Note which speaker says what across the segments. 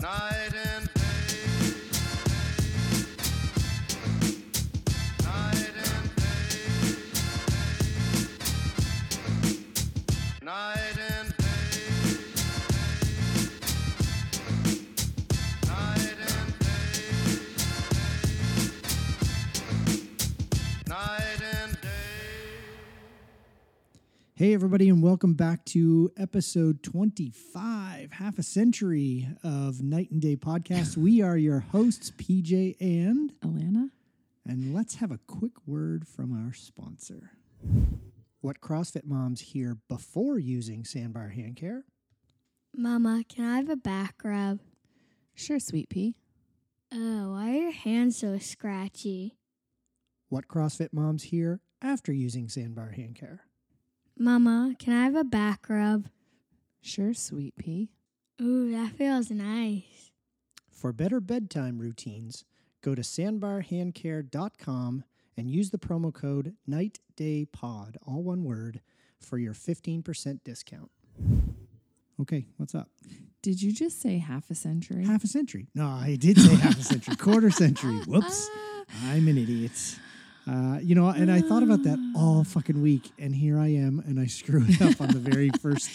Speaker 1: night and day. Night and day. Night and day. Night and day. Night and day.
Speaker 2: Hey, everybody, and welcome back to episode 25, half a century of Night and Day podcast. we are your hosts, PJ and.
Speaker 3: Alana?
Speaker 2: And let's have a quick word from our sponsor. What CrossFit moms hear before using Sandbar Hand Care,
Speaker 4: Mama, can I have a back rub?
Speaker 3: Sure, sweet pea.
Speaker 4: Oh, why are your hands so scratchy?
Speaker 2: what CrossFit moms hear after using Sandbar Hand Care.
Speaker 4: Mama, can I have a back rub?
Speaker 3: Sure, sweet pea.
Speaker 4: Ooh, that feels nice.
Speaker 2: For better bedtime routines, go to sandbarhandcare.com and use the promo code NIGHTDAYPOD, all one word, for your 15% discount. Okay, what's up?
Speaker 3: Did you just say half a century?
Speaker 2: Half a century. No, I did say half a century, quarter century. Whoops.
Speaker 3: Ah.
Speaker 2: I'm an idiot. Uh, you know, and I thought about that
Speaker 3: Ah.
Speaker 2: all fucking week, and here I am, and I screw it up on the very first,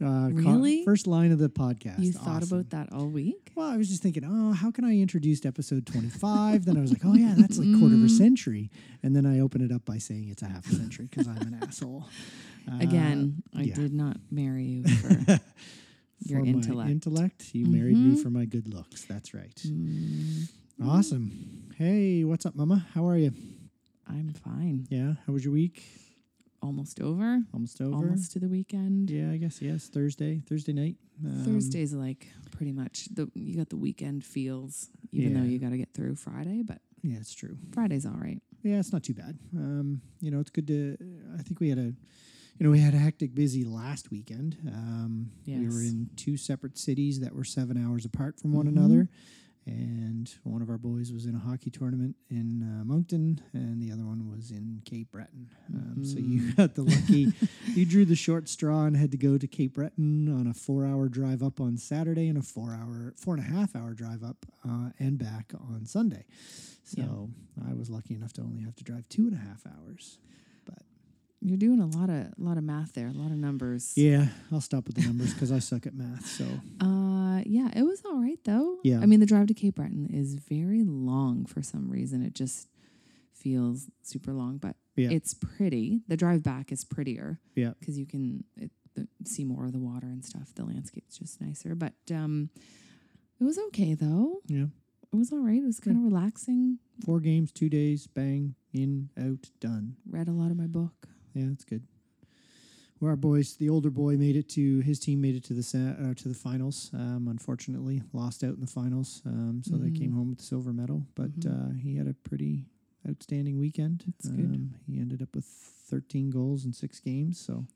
Speaker 2: uh, co-
Speaker 3: Really?
Speaker 2: first line of the podcast.
Speaker 3: you thought
Speaker 2: Awesome.
Speaker 3: about that all week?
Speaker 2: Well, I was just thinking, oh, how can I introduce episode 25? then I was like, oh, yeah, that's like quarter of a
Speaker 3: Mm.
Speaker 2: century. And then I open it up by saying it's a half a century because I'm an asshole. Uh,
Speaker 3: Again, I
Speaker 2: yeah.
Speaker 3: did not marry you for your
Speaker 2: Uh, for
Speaker 3: intellect.
Speaker 2: My intellect. You married me
Speaker 3: Mhm.
Speaker 2: for my good looks. That's right.
Speaker 3: Mm,
Speaker 2: Awesome. Hey, what's up, Mama? How are you?
Speaker 3: I'm fine.
Speaker 2: Yeah, how was your week?
Speaker 3: Almost over.
Speaker 2: Almost over.
Speaker 3: Almost to the weekend.
Speaker 2: Yeah, I guess yes. Thursday, Thursday night. Um,
Speaker 3: Thursday's like pretty much the you got the weekend feels, even though
Speaker 2: Yeah.
Speaker 3: you got to get through Friday, but
Speaker 2: Yeah, it's true.
Speaker 3: Friday's all right.
Speaker 2: Yeah, it's not too bad. Um, you know, it's good to. I think we had a, you know, we had a hectic busy last weekend. Um, We were
Speaker 3: Yes.
Speaker 2: in two separate cities that were seven hours apart from one
Speaker 3: Mhm.
Speaker 2: another, and one of our boys was in a hockey tournament in uh, Moncton, and the other one was in Cape Breton. Um, So you got the lucky, you drew the short straw and had to go to Cape Breton on a four-hour drive up on Saturday and a four-hour, four and a half-hour drive up uh, and back on Sunday.
Speaker 3: Yeah.
Speaker 2: So I was lucky enough to only have to drive two and a half hours.
Speaker 3: You're doing a lot of lot of math there, a lot of numbers.
Speaker 2: Yeah, I'll stop with the numbers because I suck at math. So
Speaker 3: Uh, yeah, it was all right though.
Speaker 2: Yeah.
Speaker 3: I mean, the drive to Cape Breton is very long for some reason. It just feels super long, but
Speaker 2: Yeah.
Speaker 3: it's pretty. The drive back is prettier.
Speaker 2: Yeah.
Speaker 3: Because you can it, the, see more of the water and stuff. The landscape's just nicer, but um, it was okay though.
Speaker 2: yeah,
Speaker 3: It was all right. It was kind of relaxing.
Speaker 2: four games, two days, bang, in, out, done.
Speaker 3: Read a lot of my book.
Speaker 2: Yeah, that's good. Where our boys, the older boy made it to his team made it to the sa- uh, to the finals. Um, unfortunately, lost out in the finals, um, so they came
Speaker 3: Mm.
Speaker 2: home with the silver medal. But
Speaker 3: Mhm.
Speaker 2: uh, he had a pretty outstanding weekend. Um,
Speaker 3: That's good.
Speaker 2: He ended up with 13 goals in six games. So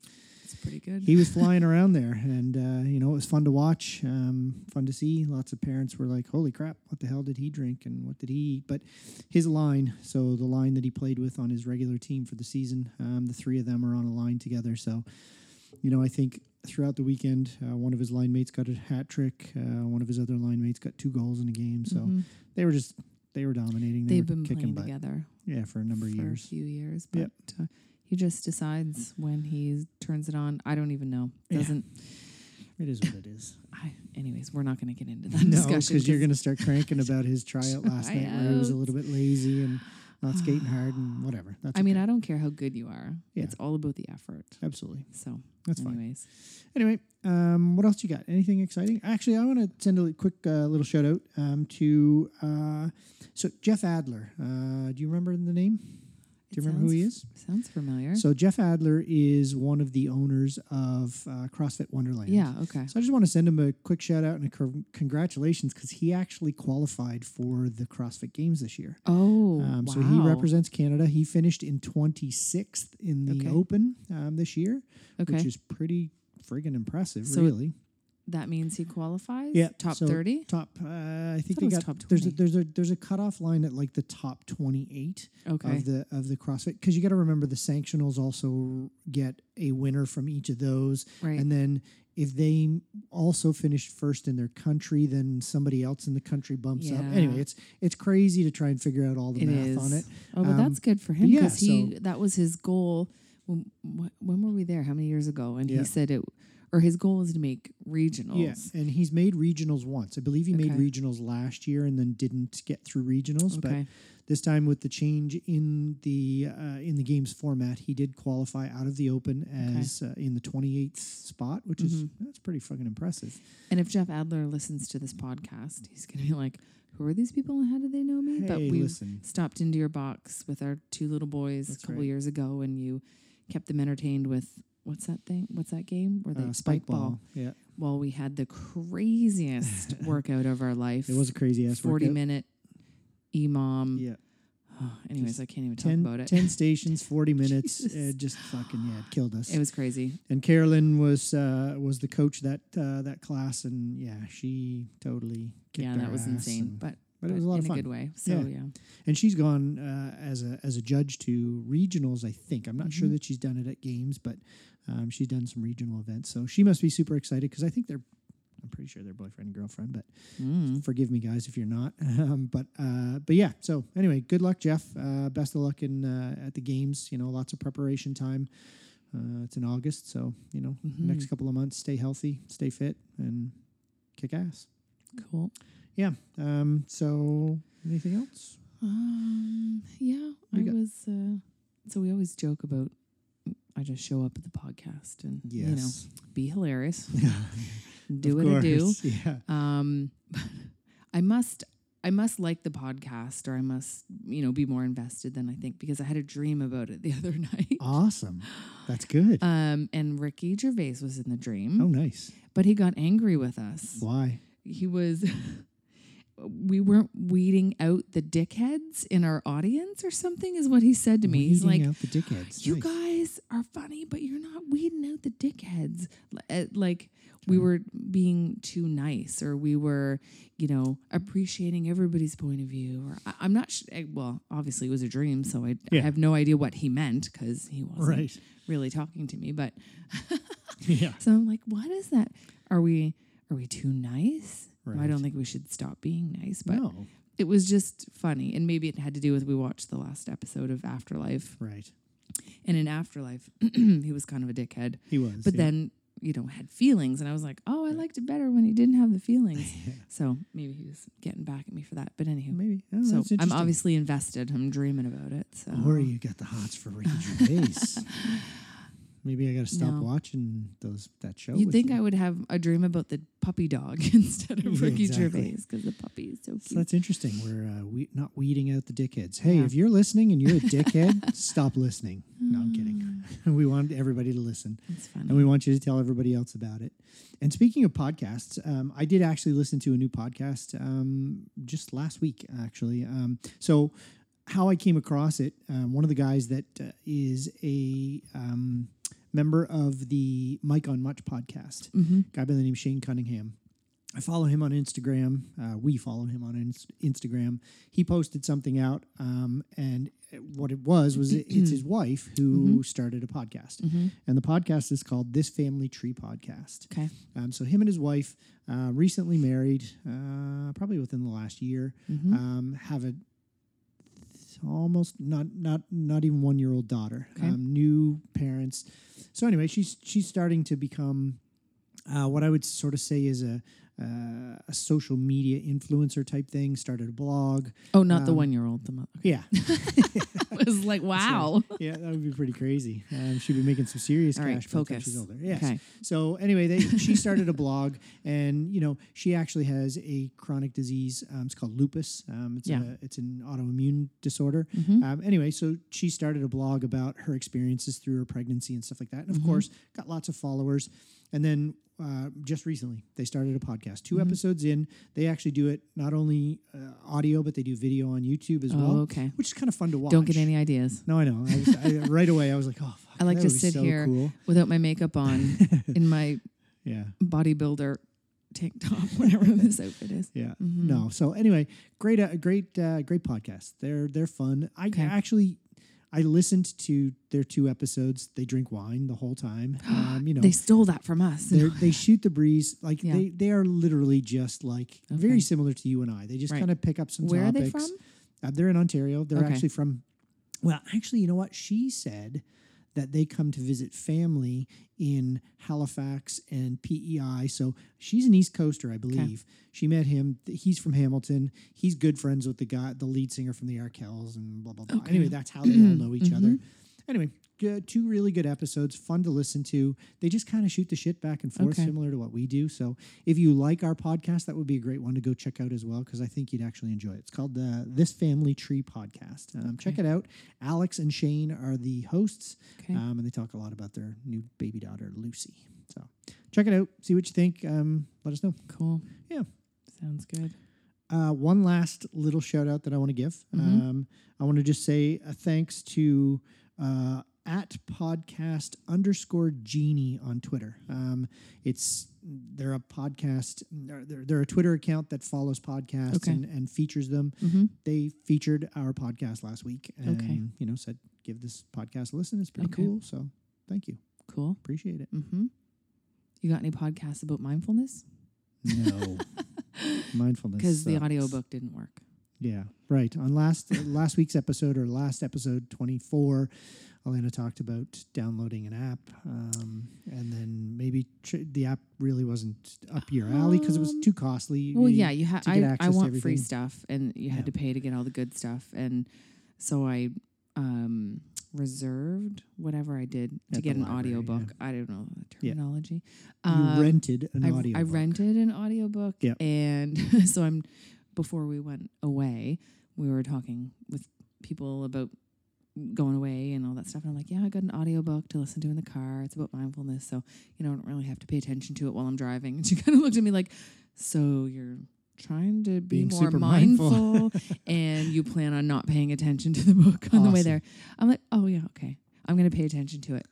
Speaker 3: It's pretty good.
Speaker 2: he was flying around there and uh, you know it was fun to watch um, fun to see lots of parents were like holy crap what the hell did he drink and what did he eat but his line so the line that he played with on his regular team for the season um, the three of them are on a line together so you know i think throughout the weekend uh, one of his line mates got a hat trick uh, one of his other line mates got two goals in a game so
Speaker 3: Mhm.
Speaker 2: they were just they were dominating they
Speaker 3: they've
Speaker 2: were
Speaker 3: been
Speaker 2: kicking
Speaker 3: playing
Speaker 2: butt
Speaker 3: together
Speaker 2: yeah for a number of
Speaker 3: for
Speaker 2: years
Speaker 3: a few years, but
Speaker 2: Yep.
Speaker 3: uh, he just decides when he turns it on. I don't even know.
Speaker 2: Yeah.
Speaker 3: Doesn't.
Speaker 2: it is what it is
Speaker 3: I, anyways, we're not going to get into that
Speaker 2: No,
Speaker 3: discussion
Speaker 2: because you're going to start cranking about his tryout last night where he was a little bit lazy and not skating hard and whatever. That's
Speaker 3: I mean,
Speaker 2: okay.
Speaker 3: I don't care how good you are.
Speaker 2: Yeah.
Speaker 3: It's all about the effort.
Speaker 2: absolutely
Speaker 3: So,
Speaker 2: that's fine.
Speaker 3: anyways,
Speaker 2: Anyway, um, what else you got? Anything exciting? Actually, I want to send a quick uh, little shout out um, to uh, so Jeff Adler. Uh, do you remember the name? Do you
Speaker 3: It
Speaker 2: remember who
Speaker 3: sounds
Speaker 2: he is?
Speaker 3: sounds familiar.
Speaker 2: So Jeff Adler is one of the owners of uh, CrossFit Wonderland.
Speaker 3: yeah. Okay.
Speaker 2: So I just want to send him a quick shout out and a cr- congratulations because he actually qualified for the CrossFit Games this year.
Speaker 3: Oh,
Speaker 2: Um,
Speaker 3: wow.
Speaker 2: So he represents Canada. He finished in 26th in the
Speaker 3: Okay.
Speaker 2: Open um, this year,
Speaker 3: Okay.
Speaker 2: which is pretty friggin' impressive,
Speaker 3: So
Speaker 2: really.
Speaker 3: that means he qualifies.
Speaker 2: Yeah,
Speaker 3: Top
Speaker 2: so-
Speaker 3: thirty.
Speaker 2: Top, uh, I think
Speaker 3: thought
Speaker 2: they
Speaker 3: it was
Speaker 2: got
Speaker 3: top
Speaker 2: there's a,
Speaker 3: 20.
Speaker 2: there's a there's a cutoff line at like the top 28
Speaker 3: Okay.
Speaker 2: of the of the CrossFit because you got to remember the sanctionals also get a winner from each of those,
Speaker 3: right.
Speaker 2: and then if they also finished first in their country, then somebody else in the country bumps up.
Speaker 3: Yeah.
Speaker 2: Anyway, it's it's crazy to try and figure out all the
Speaker 3: It
Speaker 2: math
Speaker 3: is.
Speaker 2: on it.
Speaker 3: Oh, but
Speaker 2: Um,
Speaker 3: that's good for him
Speaker 2: yeah,
Speaker 3: because he that was his goal. When, wh- when were we there? How many years ago? And
Speaker 2: Yeah.
Speaker 3: he said it, or his goal is to make regionals.
Speaker 2: Yeah, and he's made regionals once. I believe he made
Speaker 3: Okay.
Speaker 2: regionals last year and then didn't get through regionals. But
Speaker 3: Okay.
Speaker 2: this time, with the change in the uh, in the game's format, he did qualify out of the open
Speaker 3: Okay. Mm-hmm.
Speaker 2: as uh, in the 28th spot, which is that's pretty fucking impressive.
Speaker 3: And if Jeff Adler listens to this podcast, he's gonna be like, "Who are these people and how do they know me?" but
Speaker 2: Hey,
Speaker 3: we
Speaker 2: listen.
Speaker 3: stopped into your box with our two little boys
Speaker 2: That's
Speaker 3: a couple
Speaker 2: right.
Speaker 3: years ago, and you kept them entertained with what's that thing? What's that game? Where they
Speaker 2: Uh,
Speaker 3: spike ball.
Speaker 2: Yeah,
Speaker 3: While we had the craziest workout of our life.
Speaker 2: it was a crazy ass
Speaker 3: 40
Speaker 2: workout.
Speaker 3: minute EMOM.
Speaker 2: Yeah,
Speaker 3: anyways,
Speaker 2: Just
Speaker 3: I can't even talk
Speaker 2: 10,
Speaker 3: about it.
Speaker 2: 10 stations, 40 minutes.
Speaker 3: Jesus.
Speaker 2: It just fucking yeah, it killed us.
Speaker 3: It was crazy.
Speaker 2: and Carolyn was uh, was the coach that uh, that class, and yeah, she totally kicked
Speaker 3: yeah, that
Speaker 2: our
Speaker 3: was
Speaker 2: ass
Speaker 3: insane.
Speaker 2: and-
Speaker 3: But,
Speaker 2: but it was a lot
Speaker 3: in
Speaker 2: of fun.
Speaker 3: a good way. So yeah.
Speaker 2: Yeah. and she's gone uh, as a as a judge to regionals. I think I'm not sure
Speaker 3: Mm-hmm.
Speaker 2: that she's done it at games, but um, she's done some regional events. So she must be super excited because I think they're. I'm pretty sure they're boyfriend and girlfriend, but
Speaker 3: Mm.
Speaker 2: forgive me, guys, if you're not. Um, but uh, but yeah. So anyway, good luck, Jeff. Uh, best of luck in uh, at the games. You know, lots of preparation time. Uh, it's in August, so you know,
Speaker 3: Mm-hmm.
Speaker 2: next couple of months, stay healthy, stay fit, and kick ass.
Speaker 3: Cool.
Speaker 2: Yeah. Um, so anything else?
Speaker 3: Um, yeah,
Speaker 2: We
Speaker 3: I
Speaker 2: got-
Speaker 3: was. Uh, so we always joke about mm, I just show up at the podcast and you know
Speaker 2: Yes.
Speaker 3: be hilarious,
Speaker 2: Yeah.
Speaker 3: do what I do.
Speaker 2: Yeah.
Speaker 3: Um, I must. I must like the podcast, or I must, you know, be more invested than I think because I had a dream about it the other night.
Speaker 2: Oh. Awesome. That's good.
Speaker 3: Um, and Ricky Gervais was in the dream,
Speaker 2: oh, nice.
Speaker 3: but he got angry with us.
Speaker 2: Why?
Speaker 3: he was we weren't weeding out the dickheads in our audience or something is what he said to me he's
Speaker 2: Weeding
Speaker 3: like
Speaker 2: out the dickheads.
Speaker 3: you
Speaker 2: Nice.
Speaker 3: guys are funny but you're not weeding out the dickheads L- uh, like we were being too nice or we were you know appreciating everybody's point of view or I, i'm not sh- I, well obviously it was a dream so i, I
Speaker 2: Yeah.
Speaker 3: have no idea what he meant because he wasn't
Speaker 2: Right.
Speaker 3: really talking to me but
Speaker 2: Yeah.
Speaker 3: so I'm like, what is that? Are we are we too nice? No, I
Speaker 2: Right.
Speaker 3: don't think we should stop being nice, but
Speaker 2: no.
Speaker 3: it was just funny. And maybe it had to do with we watched the last episode of Afterlife.
Speaker 2: Right.
Speaker 3: And in Afterlife, he was kind of a dickhead.
Speaker 2: He was.
Speaker 3: But
Speaker 2: yeah.
Speaker 3: then, you know, had feelings. And I was like, oh, I liked it better when he didn't have the feelings. So maybe he was getting back at me for that. But anywho.
Speaker 2: maybe. Oh, that's
Speaker 3: So I'm
Speaker 2: interesting.
Speaker 3: obviously invested. I'm dreaming about it. So
Speaker 2: Or you got the hots for Ricky Gervais. Maybe I got to stop
Speaker 3: No.
Speaker 2: watching those that show.
Speaker 3: You'd
Speaker 2: with
Speaker 3: think
Speaker 2: you.
Speaker 3: I would have a dream about the puppy dog instead of
Speaker 2: Yeah,
Speaker 3: Ricky
Speaker 2: exactly.
Speaker 3: Gervais because the puppy is so cute.
Speaker 2: So that's interesting. We're uh, we not weeding out the dickheads. Hey,
Speaker 3: Yeah.
Speaker 2: if you're listening and you're a dickhead, stop listening. No, I'm kidding. we want everybody to listen,
Speaker 3: It's funny.
Speaker 2: and we want you to tell everybody else about it. And speaking of podcasts, um, I did actually listen to a new podcast um, just last week, actually. Um, so how I came across it, um, one of the guys that uh, is a um, member of the Mike on Much podcast,
Speaker 3: Mm-hmm.
Speaker 2: guy by the name of Shane Cunningham. I follow him on Instagram. Uh, we follow him on Ins- Instagram. He posted something out, um, and what it was was it, it's his wife who started a podcast,
Speaker 3: Mm-hmm.
Speaker 2: and the podcast is called This Family Tree Podcast.
Speaker 3: okay.
Speaker 2: Um, so him and his wife, uh, recently married, uh, probably within the last year,
Speaker 3: Mm-hmm.
Speaker 2: um, have a almost not not not even one year old daughter.
Speaker 3: Okay.
Speaker 2: Um, new parents. So anyway, she's she's starting to become uh, what I would sort of say is a uh, a social media influencer type thing. Started a blog.
Speaker 3: Oh, not
Speaker 2: um,
Speaker 3: the one year old. The mother.
Speaker 2: Yeah,
Speaker 3: it was like, wow.
Speaker 2: yeah, that would be pretty crazy. Um, she'd be making some serious
Speaker 3: All
Speaker 2: cash
Speaker 3: right,
Speaker 2: by the time
Speaker 3: focus.
Speaker 2: she's older. Yes.
Speaker 3: Okay.
Speaker 2: So anyway, they, she started a blog, and you know she actually has a chronic disease. Um, it's called lupus. Um, it's
Speaker 3: Yeah. Mm-hmm.
Speaker 2: a, it's an autoimmune disorder. Um, anyway, so she started a blog about her experiences through her pregnancy and stuff like that. And of
Speaker 3: Mm-hmm.
Speaker 2: course, got lots of followers. And then uh, just recently, they started a podcast. 2
Speaker 3: Mm-hmm.
Speaker 2: episodes in, they actually do it not only uh, audio, but they do video on YouTube as
Speaker 3: Oh,
Speaker 2: well.
Speaker 3: okay.
Speaker 2: Which is kind of fun to watch.
Speaker 3: Don't get any ideas.
Speaker 2: No, I know. I, was, I right away I was like, oh, fuck,
Speaker 3: I like
Speaker 2: that
Speaker 3: to
Speaker 2: would be
Speaker 3: sit
Speaker 2: so
Speaker 3: here
Speaker 2: Cool.
Speaker 3: without my makeup on in my
Speaker 2: Yeah,
Speaker 3: bodybuilder tank top, whatever this outfit is.
Speaker 2: yeah. No, so anyway, great, uh, great, uh, great podcast. They're they're fun. I
Speaker 3: Okay.
Speaker 2: actually, I listened to their two episodes. They drink wine the whole time. Um, you know,
Speaker 3: they stole that from us.
Speaker 2: they're- they shoot the breeze. Like
Speaker 3: Yeah.
Speaker 2: they, they are literally just like
Speaker 3: Okay.
Speaker 2: very similar to you and I. They just
Speaker 3: Right.
Speaker 2: kind of pick up some
Speaker 3: Where are
Speaker 2: topics.
Speaker 3: they from?
Speaker 2: Uh, they're in Ontario. They're
Speaker 3: Okay.
Speaker 2: actually from. Well, actually, you know what she said that they come to visit family in Halifax and PEI. So she's an East Coaster, I believe. She met him. Th- He's from Hamilton. He's good friends with the guy, the lead singer from the Arkells, and blah blah blah.
Speaker 3: Okay. Mm-hmm.
Speaker 2: Anyway, that's how they all know each other. Anyway, good, two really good episodes, fun to listen to. They just kind of shoot the shit back and forth,
Speaker 3: Okay.
Speaker 2: similar to what we do. So if you like our podcast, that would be a great one to go check out as well, because I think you'd actually enjoy it. It's called the This Family Tree Podcast. Um, Check it out. Alex and Shane are the hosts,
Speaker 3: Okay.
Speaker 2: um, and they talk a lot about their new baby daughter, Lucy. So check it out, see what you think. Um, let us know.
Speaker 3: Cool.
Speaker 2: Yeah.
Speaker 3: Sounds good.
Speaker 2: Uh, one last little shout out that I want to give.
Speaker 3: Mhm.
Speaker 2: Um, I want to just say a thanks to uh, at podcast underscore genie on Twitter. Um, it's they're a podcast. They're, they're- they're a Twitter account that follows podcasts
Speaker 3: Okay.
Speaker 2: and, and features them.
Speaker 3: Mm-hmm.
Speaker 2: They featured our podcast last week and
Speaker 3: Okay.
Speaker 2: you know said give this podcast a listen. It's pretty
Speaker 3: Okay.
Speaker 2: cool. So thank you,
Speaker 3: Cool.
Speaker 2: appreciate it.
Speaker 3: Mm-hmm. You got any podcasts about mindfulness?
Speaker 2: No mindfulness
Speaker 3: Because the
Speaker 2: sucks.
Speaker 3: audiobook didn't work.
Speaker 2: Yeah, right. On last last week's episode or last episode twenty four, Alana talked about downloading an app, um, and then maybe tr- the app really wasn't up your alley because it was
Speaker 3: Um,
Speaker 2: too costly.
Speaker 3: Well,
Speaker 2: You-
Speaker 3: yeah, you had.
Speaker 2: to get
Speaker 3: I,
Speaker 2: access
Speaker 3: I
Speaker 2: to
Speaker 3: want free
Speaker 2: everything.
Speaker 3: stuff, and you had
Speaker 2: Yeah.
Speaker 3: to pay to get all the good stuff, and so I um, reserved whatever I did to
Speaker 2: At
Speaker 3: get
Speaker 2: the
Speaker 3: an
Speaker 2: library, yeah.
Speaker 3: audiobook. I don't know the
Speaker 2: Yeah.
Speaker 3: terminology. Um,
Speaker 2: you rented an
Speaker 3: uh, I,
Speaker 2: audio.
Speaker 3: I rented an audiobook,
Speaker 2: Yep.
Speaker 3: and so I'm. Before we went away, we were talking with people about going away and all that stuff. And I'm like, yeah, I got an audiobook to listen to in the car. It's about mindfulness, so you know, I don't really have to pay attention to it while I'm driving. And she kind of looked at me like, so you're trying to be
Speaker 2: Being
Speaker 3: more
Speaker 2: super mindful."
Speaker 3: mindful, and you plan on not paying attention to the book on the way
Speaker 2: Awesome.
Speaker 3: there. I'm like, oh yeah, okay, I'm gonna pay attention to it.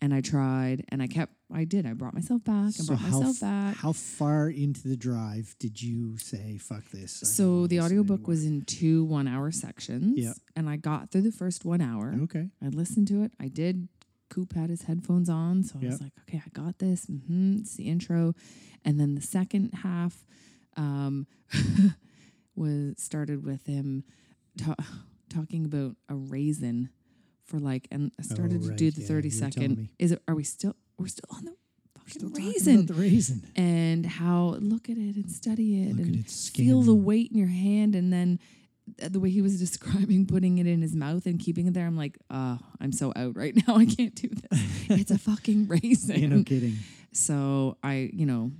Speaker 3: And I tried, and I kept. I did. I brought myself back. and
Speaker 2: So
Speaker 3: brought
Speaker 2: how,
Speaker 3: myself
Speaker 2: f-
Speaker 3: back.
Speaker 2: how far into the drive did you say fuck this? I don't
Speaker 3: So
Speaker 2: wanna
Speaker 3: the
Speaker 2: listen
Speaker 3: audiobook
Speaker 2: anymore"?
Speaker 3: was in two one hour sections.
Speaker 2: Yeah.
Speaker 3: And I got through the first one hour.
Speaker 2: okay.
Speaker 3: I listened to it. I did. Coop had his headphones on. So I was
Speaker 2: Yeah.
Speaker 3: like, okay, I got this. hmm It's the intro. And then the second half um, was started with him ta- talking about a raisin for like, and I started to do
Speaker 2: Oh, right.
Speaker 3: the
Speaker 2: Yeah,
Speaker 3: thirty
Speaker 2: you were telling
Speaker 3: second.
Speaker 2: me.
Speaker 3: Is it, are we still, we're still on the fucking
Speaker 2: Still talking about
Speaker 3: raisin
Speaker 2: the raisin.
Speaker 3: and how look at it and study it
Speaker 2: Look at
Speaker 3: and
Speaker 2: its
Speaker 3: feel the
Speaker 2: skin.
Speaker 3: weight in your hand and then uh, the way he was describing putting it in his mouth and keeping it there i'm like uh i'm so out right now i can't do this it's a fucking raisin
Speaker 2: Yeah, no kidding.
Speaker 3: so i you know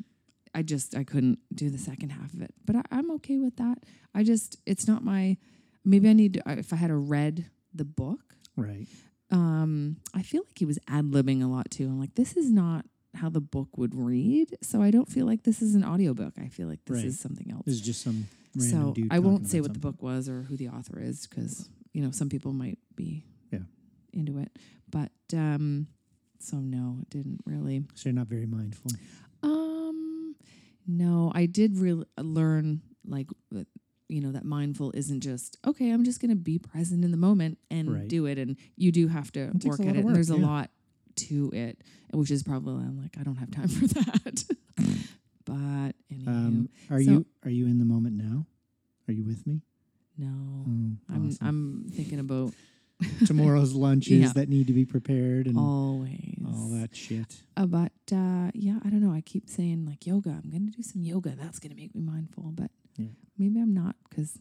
Speaker 3: i just i couldn't do the second half of it but I, i'm okay with that i just it's not my maybe i need to, if i had a read the book
Speaker 2: Right.
Speaker 3: um, I feel like he was ad libbing a lot too. I'm like, this is not how the book would read. So I don't feel like this is an audiobook. I feel like this
Speaker 2: Right.
Speaker 3: is something else.
Speaker 2: This is just some random
Speaker 3: so
Speaker 2: dude.
Speaker 3: I
Speaker 2: talking
Speaker 3: won't say
Speaker 2: about
Speaker 3: what the
Speaker 2: something.
Speaker 3: book was or who the author is because, you know, some people might be
Speaker 2: Yeah.
Speaker 3: into it. But um, so no, it didn't really.
Speaker 2: So you're not very mindful.
Speaker 3: Um, no, I did really learn like that- you know that mindful isn't just okay. I'm just gonna be present in the moment and
Speaker 2: Right.
Speaker 3: do it, and you do have to
Speaker 2: takes a
Speaker 3: work at
Speaker 2: lot
Speaker 3: it.
Speaker 2: of
Speaker 3: and
Speaker 2: work,
Speaker 3: there's a
Speaker 2: yeah.
Speaker 3: lot to it, which is probably why I'm like I don't have time for that. but anywho,
Speaker 2: Um, are
Speaker 3: So-
Speaker 2: you are you in the moment now? Are you with me?
Speaker 3: no,
Speaker 2: Mm,
Speaker 3: Oh, I'm
Speaker 2: awesome.
Speaker 3: I'm thinking about
Speaker 2: Tomorrow's lunches
Speaker 3: Yeah.
Speaker 2: that need to be prepared and all,
Speaker 3: always
Speaker 2: that shit.
Speaker 3: Uh, but uh, yeah, I don't know. I keep saying like yoga. I'm gonna do some yoga. That's gonna make me mindful. But
Speaker 2: Yeah.
Speaker 3: maybe I'm not because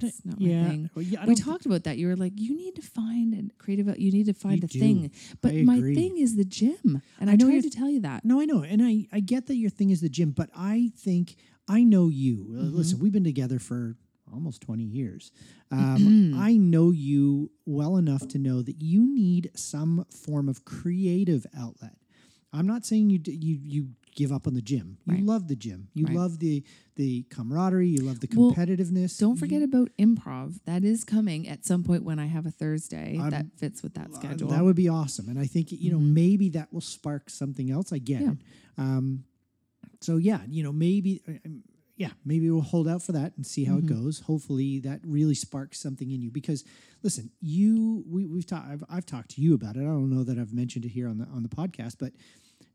Speaker 2: don't-
Speaker 3: it's not my
Speaker 2: yeah,
Speaker 3: thing.
Speaker 2: well, yeah, I
Speaker 3: we
Speaker 2: don't-
Speaker 3: talked about that. You were like, you need to find a creative. You need to find
Speaker 2: You
Speaker 3: a thing. But
Speaker 2: I
Speaker 3: my
Speaker 2: agree.
Speaker 3: thing is the gym, and I,
Speaker 2: I know
Speaker 3: tried
Speaker 2: you're-
Speaker 3: to tell you that.
Speaker 2: No, I know, and I I get that your thing is the gym, but I think I know you. Uh,
Speaker 3: Mm-hmm.
Speaker 2: Listen, we've been together for almost twenty years.
Speaker 3: Mm-hmm.
Speaker 2: Um, I know you well enough to know that you need some form of creative outlet. I'm not saying you d- you you give up on the gym. You
Speaker 3: Right.
Speaker 2: love the gym. You
Speaker 3: Right.
Speaker 2: love the the camaraderie. You love the
Speaker 3: Well,
Speaker 2: competitiveness.
Speaker 3: Don't forget
Speaker 2: you,
Speaker 3: about improv. That is coming at some point when I have a Thursday
Speaker 2: I'm-
Speaker 3: that fits with that
Speaker 2: Uh,
Speaker 3: schedule. Mm-hmm.
Speaker 2: That would be awesome. And I think, you know, maybe that will spark something else. I get
Speaker 3: Yeah.
Speaker 2: it. Um, so, yeah, you know, maybe, uh, um, yeah, maybe we'll hold out for that and see how it
Speaker 3: Mm-hmm.
Speaker 2: goes. Hopefully, that really sparks something in you. Because listen, you we we've talked. I've, I've talked to you about it. I don't know that I've mentioned it here on the on the podcast, but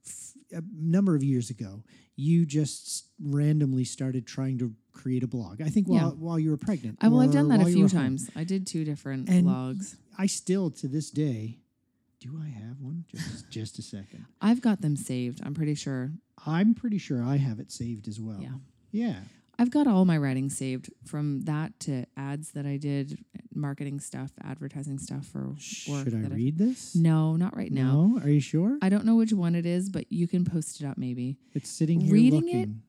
Speaker 2: f- a number of years ago, you just randomly started trying to create a blog. I think while
Speaker 3: Yeah.
Speaker 2: while you were pregnant.
Speaker 3: I, well, I've
Speaker 2: or
Speaker 3: done that a
Speaker 2: while you
Speaker 3: few
Speaker 2: were home.
Speaker 3: times. I did two different
Speaker 2: And-
Speaker 3: vlogs.
Speaker 2: I still to this day. Do I have one? Just just a second.
Speaker 3: I've got them saved. I'm pretty sure.
Speaker 2: I'm pretty sure I have it saved as well.
Speaker 3: Yeah.
Speaker 2: Yeah.
Speaker 3: I've got all my writing saved from that to ads that I did, marketing stuff, advertising stuff for work.
Speaker 2: Should I
Speaker 3: that I've-
Speaker 2: read this?
Speaker 3: No, not right now.
Speaker 2: No? Are you sure?
Speaker 3: I don't know which one it is, but you can post it up maybe.
Speaker 2: it's sitting here
Speaker 3: reading it-
Speaker 2: looking.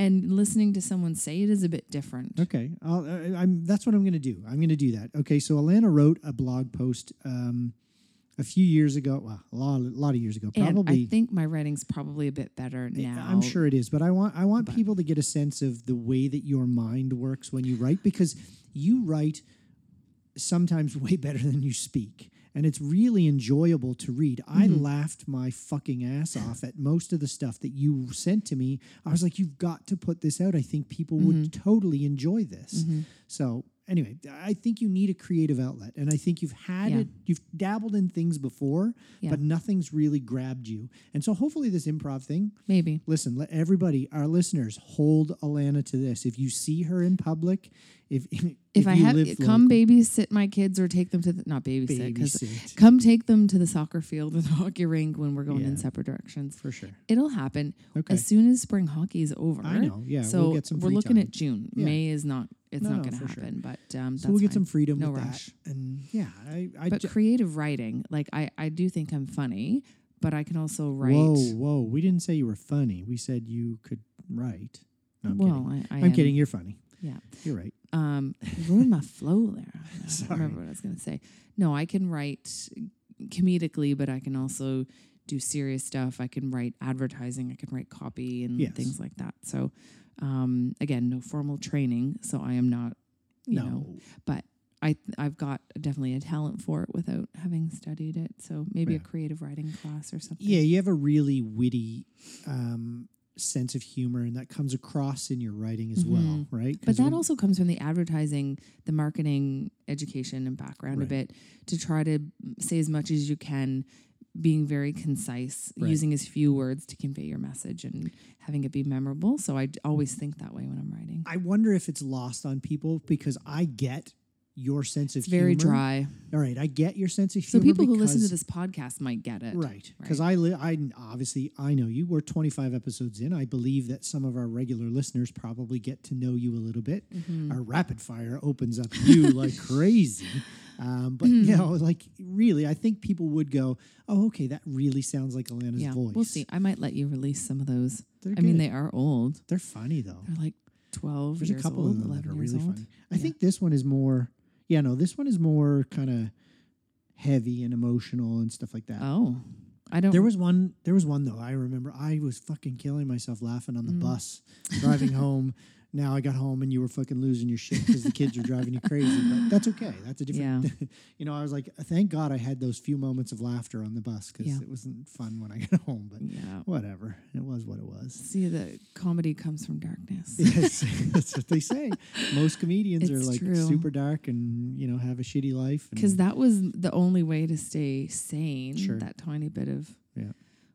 Speaker 3: And listening to someone say it is a bit different.
Speaker 2: Okay, I'll, I, I'm. That's what I'm going to do. I'm going to do that. Okay, so Alana wrote a blog post um, a few years ago. Well, a lot, a lot of years ago,
Speaker 3: And
Speaker 2: probably.
Speaker 3: I think my writing's probably a bit better now.
Speaker 2: I'm sure it is, but I want I want people to get a sense of the way that your mind works when you write because you write sometimes way better than you speak. And it's really enjoyable to read. I
Speaker 3: Mm-hmm.
Speaker 2: laughed my fucking ass off at most of the stuff that you sent to me. I was like, you've got to put this out. I think people would
Speaker 3: Mm-hmm.
Speaker 2: totally enjoy this. So, anyway, I think you need a creative outlet. And I think you've had
Speaker 3: Yeah.
Speaker 2: it, you've dabbled in things before,
Speaker 3: Yeah.
Speaker 2: but nothing's really grabbed you. And so, hopefully, this improv thing
Speaker 3: Maybe.
Speaker 2: Listen, let everybody, our listeners, hold Alana to this. If you see her in public, if if,
Speaker 3: If, I
Speaker 2: you
Speaker 3: have
Speaker 2: live
Speaker 3: come
Speaker 2: local,
Speaker 3: babysit my kids or take them to the, not babysit, 'cause-
Speaker 2: babysit.
Speaker 3: come take them to the soccer field or the hockey rink when we're going
Speaker 2: Yeah.
Speaker 3: in separate directions.
Speaker 2: for sure.
Speaker 3: It'll happen
Speaker 2: Okay.
Speaker 3: as soon as spring hockey is over.
Speaker 2: I know, yeah, we'll
Speaker 3: So
Speaker 2: get some
Speaker 3: we're
Speaker 2: free
Speaker 3: looking
Speaker 2: time.
Speaker 3: at June.
Speaker 2: Yeah.
Speaker 3: May is not. It's
Speaker 2: No,
Speaker 3: not
Speaker 2: no,
Speaker 3: going to
Speaker 2: for sure.
Speaker 3: happen. But um, that's
Speaker 2: So we'll get
Speaker 3: fine.
Speaker 2: some freedom
Speaker 3: No
Speaker 2: with
Speaker 3: rush.
Speaker 2: that. And yeah, I, I
Speaker 3: But
Speaker 2: ju-
Speaker 3: creative writing, like I, I do think I'm funny, but I can also write.
Speaker 2: whoa, whoa, we didn't say you were funny. We said you could write. No, I'm
Speaker 3: well,
Speaker 2: kidding.
Speaker 3: I, I
Speaker 2: I'm
Speaker 3: am-
Speaker 2: kidding. You're funny.
Speaker 3: Yeah. Uh,
Speaker 2: You're right.
Speaker 3: Um, you ruined my flow there. I
Speaker 2: Sorry.
Speaker 3: don't remember what I was going to say. No, I can write comedically, but I can also do serious stuff. I can write advertising. I can write copy and
Speaker 2: Yes.
Speaker 3: things like that. So, um, again, no formal training, so I am not, you
Speaker 2: no,
Speaker 3: know, but I I've got definitely a talent for it without having studied it. So maybe
Speaker 2: Yeah.
Speaker 3: a creative writing class or something.
Speaker 2: yeah, you have a really witty. Um, sense of humor and that comes across in your writing as well
Speaker 3: Mhm.
Speaker 2: right
Speaker 3: But
Speaker 2: 'Cause
Speaker 3: that
Speaker 2: when-
Speaker 3: also comes from the advertising, the marketing, education, and background a
Speaker 2: Right.
Speaker 3: bit to try to say as much as you can, being very concise,
Speaker 2: Right.
Speaker 3: using as few words to convey your message and having it be memorable. So I d- always think that way when I'm writing.
Speaker 2: i wonder if it's lost on people because i get your sense of
Speaker 3: It's very
Speaker 2: humor
Speaker 3: dry.
Speaker 2: All right, I get your sense of
Speaker 3: So
Speaker 2: humor.
Speaker 3: people who listen to
Speaker 2: because-
Speaker 3: this podcast might get it.
Speaker 2: right? Because I, li- I obviously I know you. We're 25 episodes in. I believe that some of our regular listeners probably get to know you a little bit.
Speaker 3: Mm-hmm.
Speaker 2: Our rapid fire opens up you like crazy. Um, but you know,
Speaker 3: Mm-hmm.
Speaker 2: like really, I think people would go, "Oh, okay, that really sounds like Alana's
Speaker 3: Yeah.
Speaker 2: voice."
Speaker 3: We'll see. I might let you release some of those.
Speaker 2: They're
Speaker 3: I mean,
Speaker 2: good.
Speaker 3: they are old.
Speaker 2: They're funny though.
Speaker 3: They're like 12
Speaker 2: There's a
Speaker 3: years
Speaker 2: couple
Speaker 3: old,
Speaker 2: of them
Speaker 3: 11
Speaker 2: that are
Speaker 3: years
Speaker 2: really
Speaker 3: old.
Speaker 2: funny. I think this one is more. Yeah, no, this one is more kind of heavy and emotional and stuff like that.
Speaker 3: Oh, I don't.
Speaker 2: There was one. There was one though. I remember. I was fucking killing myself laughing on the bus driving home. Now I got home and you were fucking losing your shit because the kids were driving you crazy. But that's okay. That's a different. you know, I was like, thank God I had those few moments of laughter on the bus because
Speaker 3: Yeah.
Speaker 2: it wasn't fun when I got home. But
Speaker 3: yeah.
Speaker 2: whatever, it was what it was.
Speaker 3: See, the comedy comes from darkness.
Speaker 2: yes, that's what they say. Most comedians are
Speaker 3: It's
Speaker 2: like
Speaker 3: true.
Speaker 2: super dark and you know have a shitty life. and-
Speaker 3: Because that was the only way to stay sane.
Speaker 2: Mm. Sure.
Speaker 3: That tiny bit of
Speaker 2: Yeah.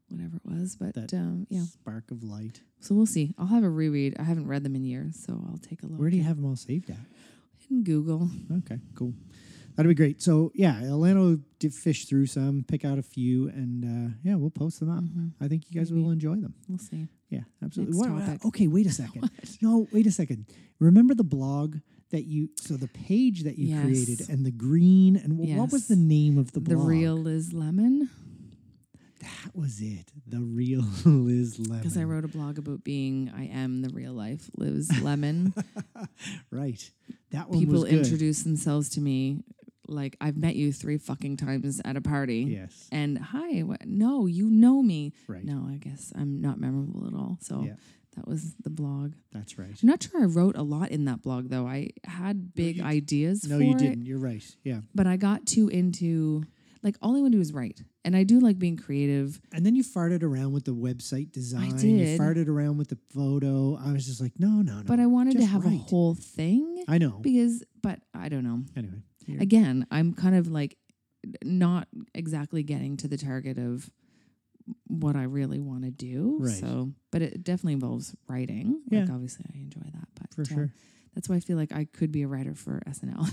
Speaker 3: whatever it was. But
Speaker 2: That-
Speaker 3: um, yeah.
Speaker 2: spark of light.
Speaker 3: So we'll see. I'll have a reread. I haven't read them in years, so I'll take a look.
Speaker 2: Where do you have them all saved at?
Speaker 3: in Google?
Speaker 2: Okay, cool. That'd be great. So yeah, Atlanta will d- fish through some, pick out a few, and uh, yeah, we'll post them up. I think you guys will enjoy them.
Speaker 3: Mm-hmm. We'll see.
Speaker 2: Yeah, absolutely.
Speaker 3: Next
Speaker 2: What- what-
Speaker 3: topic.
Speaker 2: okay, wait a second. No, wait a second. Remember the blog that you, so the page that you created
Speaker 3: Yes.
Speaker 2: and the green, and wh- what was
Speaker 3: Yes.
Speaker 2: the name of the
Speaker 3: The
Speaker 2: blog?
Speaker 3: real Liz Lemon,
Speaker 2: That was it. The real Liz Lemon.
Speaker 3: because I wrote a blog about being I am the real life Liz Lemon.
Speaker 2: right. That one
Speaker 3: People
Speaker 2: was good.
Speaker 3: introduce themselves to me like I've met you three fucking times at a party.
Speaker 2: Yes.
Speaker 3: And hi, what? no, you know me.
Speaker 2: Right.
Speaker 3: No, I guess I'm not memorable at all. So
Speaker 2: Yeah.
Speaker 3: that was the blog.
Speaker 2: That's right.
Speaker 3: I'm not sure I wrote a lot in that blog though. I had big ideas.
Speaker 2: No,
Speaker 3: for
Speaker 2: you
Speaker 3: it,
Speaker 2: didn't. You're right. Yeah.
Speaker 3: but I got too into like all I want to do is write, and I do like being creative.
Speaker 2: And then you farted around with the website design. You
Speaker 3: did.
Speaker 2: farted around with the photo. I was just like, no, no, no.
Speaker 3: But I wanted to
Speaker 2: just
Speaker 3: have a
Speaker 2: write.
Speaker 3: whole thing
Speaker 2: I know.
Speaker 3: because, but I don't know.
Speaker 2: Anyway, here.
Speaker 3: Again, I'm kind of like not exactly getting to the target of what I really want to do.
Speaker 2: Right.
Speaker 3: So, but it definitely involves writing. Like
Speaker 2: Yeah.
Speaker 3: obviously, I enjoy that. But
Speaker 2: for
Speaker 3: uh,
Speaker 2: sure.
Speaker 3: that's why I feel like I could be a writer for SNL.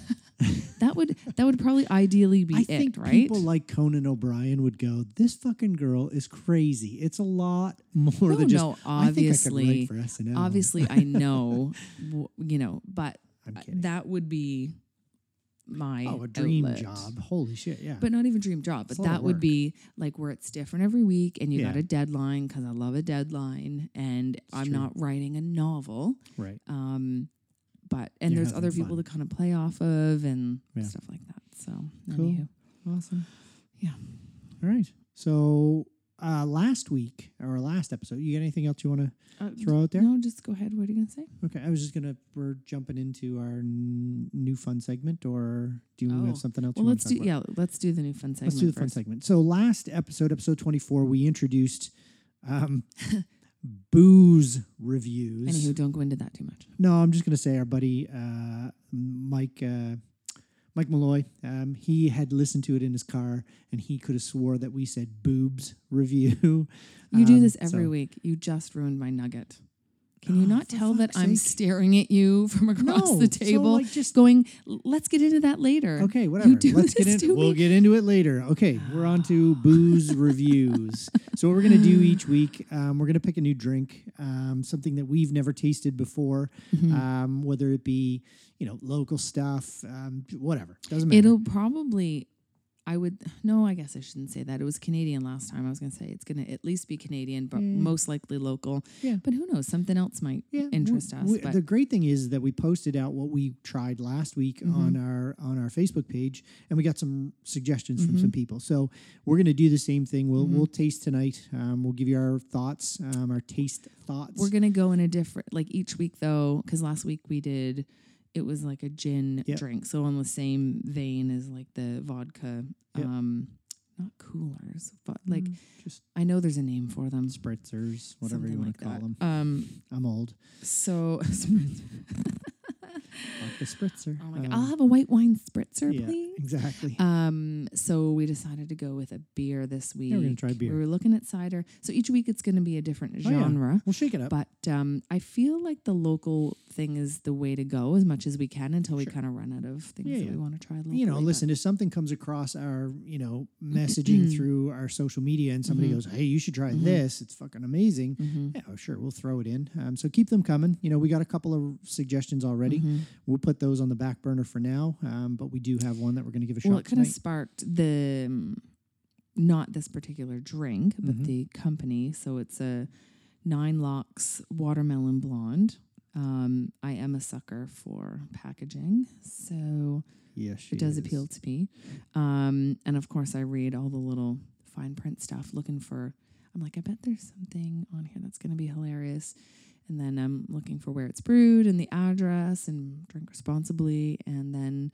Speaker 3: that would that would probably ideally be
Speaker 2: I
Speaker 3: it,
Speaker 2: think
Speaker 3: right?
Speaker 2: people like Conan O'Brien would go, this fucking girl is crazy. It's a lot more
Speaker 3: No,
Speaker 2: than just,
Speaker 3: no,
Speaker 2: I
Speaker 3: obviously.
Speaker 2: think I could write for SNL.
Speaker 3: obviously i know w- you know but
Speaker 2: I'm
Speaker 3: uh,
Speaker 2: kidding.
Speaker 3: that would be my
Speaker 2: oh, a dream
Speaker 3: outlet.
Speaker 2: job. Holy shit, yeah.
Speaker 3: but not even dream job but
Speaker 2: It's a lot
Speaker 3: that
Speaker 2: of
Speaker 3: would
Speaker 2: work.
Speaker 3: be like where it's different every week and you got
Speaker 2: Yeah.
Speaker 3: a deadline because i love a deadline and i'm
Speaker 2: true.
Speaker 3: not writing a novel
Speaker 2: right.
Speaker 3: um but and
Speaker 2: You're
Speaker 3: there's other
Speaker 2: having
Speaker 3: people
Speaker 2: fun.
Speaker 3: to kind of play off of and
Speaker 2: Yeah.
Speaker 3: stuff like that so
Speaker 2: Cool.
Speaker 3: anywho.
Speaker 2: Awesome.
Speaker 3: Yeah.
Speaker 2: All right. So uh, last week or last episode, you got anything else you want to
Speaker 3: Uh,
Speaker 2: throw out there?
Speaker 3: no just go ahead what are you gonna say
Speaker 2: Okay, I was just gonna. We're jumping into our n- new fun segment, or do you
Speaker 3: Oh.
Speaker 2: have something else?
Speaker 3: well
Speaker 2: you wanna
Speaker 3: let's
Speaker 2: talk
Speaker 3: do
Speaker 2: about?
Speaker 3: yeah let's do the new fun segment
Speaker 2: Let's do the fun
Speaker 3: first. Mm-hmm.
Speaker 2: segment. So last episode, episode twenty-four, we introduced um, booze reviews.
Speaker 3: anywho don't go into that too much
Speaker 2: No, I'm just gonna say our buddy uh, Mike uh, Mike Malloy. Um, he had listened to it in his car, and he could have swore that we said boobs review.
Speaker 3: You do
Speaker 2: Um,
Speaker 3: this every
Speaker 2: so-
Speaker 3: week. You just ruined my nugget. Can you
Speaker 2: Oh,
Speaker 3: not
Speaker 2: for
Speaker 3: tell that
Speaker 2: fuck's
Speaker 3: I'm
Speaker 2: sake.
Speaker 3: staring at you from across
Speaker 2: No,
Speaker 3: the
Speaker 2: so,
Speaker 3: table,
Speaker 2: like, just-
Speaker 3: going, "L- let's get into that later?
Speaker 2: Okay, whatever.
Speaker 3: do
Speaker 2: Let's
Speaker 3: this
Speaker 2: get
Speaker 3: to
Speaker 2: in. We'll
Speaker 3: me.
Speaker 2: get into it later. Okay, we're on to booze reviews. So what we're gonna do each week, um, we're gonna pick a new drink, um, something that we've never tasted before,
Speaker 3: Mm-hmm.
Speaker 2: um, whether it be you know local stuff, um, whatever. Doesn't matter.
Speaker 3: It'll probably, I would, no, I guess I shouldn't say that. It was Canadian last time. I was going to say it's going to at least be Canadian, but most likely local.
Speaker 2: Yeah.
Speaker 3: But who knows? Something else might
Speaker 2: we-
Speaker 3: interest us.
Speaker 2: we-
Speaker 3: but
Speaker 2: the great thing is that we posted out what we tried last week on
Speaker 3: Mm-hmm.
Speaker 2: our on our Facebook page, and we got some suggestions from
Speaker 3: Mm-hmm.
Speaker 2: some people. So we're going to do the same thing. We'll we'll taste tonight. Um, we'll give you our thoughts, um, our taste thoughts.
Speaker 3: we're going to go in a different, like each week though, because last week we did. It was like a gin
Speaker 2: Yep.
Speaker 3: drink, so on the same vein as like the vodka,
Speaker 2: Yep.
Speaker 3: um, not coolers, but
Speaker 2: Mm-hmm.
Speaker 3: like
Speaker 2: just
Speaker 3: I know there's a name for them.
Speaker 2: spritzers, whatever
Speaker 3: something
Speaker 2: you want
Speaker 3: like
Speaker 2: to call
Speaker 3: that.
Speaker 2: them.
Speaker 3: Um,
Speaker 2: I'm old.
Speaker 3: so,
Speaker 2: Like the spritzer.
Speaker 3: oh my God,
Speaker 2: Um,
Speaker 3: I'll have a white wine spritzer,
Speaker 2: yeah,
Speaker 3: please.
Speaker 2: exactly.
Speaker 3: Um, so we decided to go with a beer this week.
Speaker 2: we're gonna try beer.
Speaker 3: We were looking at cider. So each week it's going to be a different
Speaker 2: Oh, yeah.
Speaker 3: genre.
Speaker 2: We'll shake it up.
Speaker 3: But um, I feel like the local thing is the way to go as much as we can until we kind of run out of things
Speaker 2: Yeah,
Speaker 3: that
Speaker 2: yeah.
Speaker 3: we want to try. Locally,
Speaker 2: you know,
Speaker 3: but-
Speaker 2: listen, if something comes across our, you know,
Speaker 3: Mm-hmm.
Speaker 2: messaging through our social media and somebody goes, hey, you should try
Speaker 3: Mm-hmm.
Speaker 2: this, it's fucking amazing. Yeah, oh, sure, we'll throw it in. Um, so keep them coming. You know, we got a couple of suggestions already.
Speaker 3: Mm-hmm.
Speaker 2: We'll put those on the back burner for now, um, but we do have one that we're going to give a shot
Speaker 3: Well, it kind
Speaker 2: tonight.
Speaker 3: of sparked the um, not this particular drink, but
Speaker 2: Mm-hmm.
Speaker 3: the company. So it's a Nine Locks watermelon blonde. Um, I am a sucker for packaging, so
Speaker 2: yeah, she
Speaker 3: it
Speaker 2: is.
Speaker 3: does appeal to me. Um, and of course, I read all the little fine print stuff, looking for. I'm like, I bet there's something on here that's going to be hilarious. And then I'm looking for where it's brewed and the address and drink responsibly. And then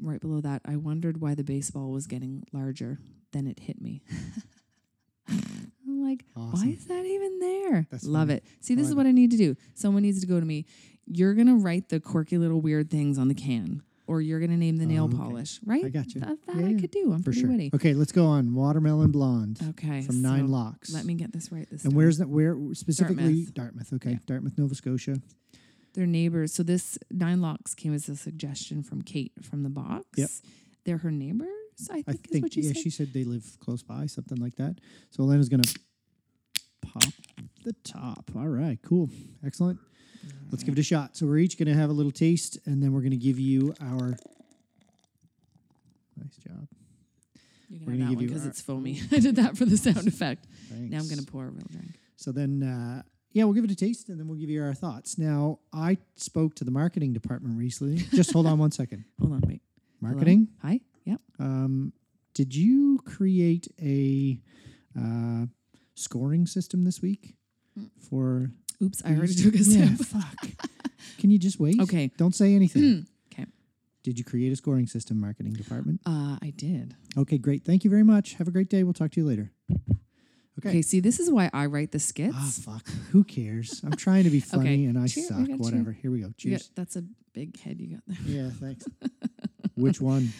Speaker 3: right below that, I wondered why the baseball was getting larger. Then it hit me. I'm like,
Speaker 2: Awesome.
Speaker 3: why is that even there?
Speaker 2: That's
Speaker 3: Love
Speaker 2: funny.
Speaker 3: it. See, this
Speaker 2: Love
Speaker 3: is what I need to do. Someone needs to go to me. You're gonna write the quirky little weird things on the can, or you're gonna name the nail
Speaker 2: okay.
Speaker 3: polish, right?
Speaker 2: I gotcha.
Speaker 3: That, that
Speaker 2: Yeah,
Speaker 3: I
Speaker 2: yeah.
Speaker 3: could do. I'm
Speaker 2: For
Speaker 3: pretty
Speaker 2: sure.
Speaker 3: witty.
Speaker 2: Okay, let's go on. Watermelon Blonde
Speaker 3: Okay.
Speaker 2: from Nine
Speaker 3: so
Speaker 2: Locks.
Speaker 3: Let me get this right. This
Speaker 2: And
Speaker 3: time.
Speaker 2: where's that? Where specifically? Dartmouth. okay,
Speaker 3: Yeah.
Speaker 2: Dartmouth, Nova Scotia.
Speaker 3: their neighbors? So this Nine Locks came as a suggestion from Kate from the box.
Speaker 2: Yep.
Speaker 3: They're her neighbors. I think,
Speaker 2: I
Speaker 3: is
Speaker 2: think.
Speaker 3: what you
Speaker 2: yeah,
Speaker 3: said.
Speaker 2: she said they live close by, something like that. So Elena's gonna pop the top. All right, cool, excellent. Let's give it a shot. So we're each gonna have a little taste, and then we're gonna give you our. Nice job.
Speaker 3: You're
Speaker 2: We're
Speaker 3: gonna
Speaker 2: gonna
Speaker 3: have that
Speaker 2: give
Speaker 3: one
Speaker 2: you
Speaker 3: because
Speaker 2: our-
Speaker 3: it's foamy. I did that for the sound effect.
Speaker 2: Thanks.
Speaker 3: Now I'm gonna pour a real drink.
Speaker 2: So then, uh, yeah, we'll give it a taste, and then we'll give you our thoughts. Now, I spoke to the marketing department recently. Just hold on one second.
Speaker 3: Hold on, wait. Hello?
Speaker 2: Marketing.
Speaker 3: Hi. Yep.
Speaker 2: Um, did you create a uh, scoring system this week for?
Speaker 3: Oops, Hmm. I already took a
Speaker 2: Yeah,
Speaker 3: sip.
Speaker 2: fuck. Can you just wait?
Speaker 3: Okay. Hmm.
Speaker 2: Don't say anything.
Speaker 3: 'Kay.
Speaker 2: Did Did you create a scoring system, marketing department?
Speaker 3: Uh, I did.
Speaker 2: Okay, great. Thank you very much. Have a great day. We'll talk to you later. Okay.
Speaker 3: Okay. see, this is why I write the skits.
Speaker 2: Ah, fuck. Who cares? I'm trying to be funny
Speaker 3: Okay.
Speaker 2: and I
Speaker 3: Cheer- we
Speaker 2: suck.
Speaker 3: got cheer.
Speaker 2: Whatever. Here we go.
Speaker 3: You got-
Speaker 2: Cheers.
Speaker 3: that's a big head you got there.
Speaker 2: Yeah, thanks. Which one?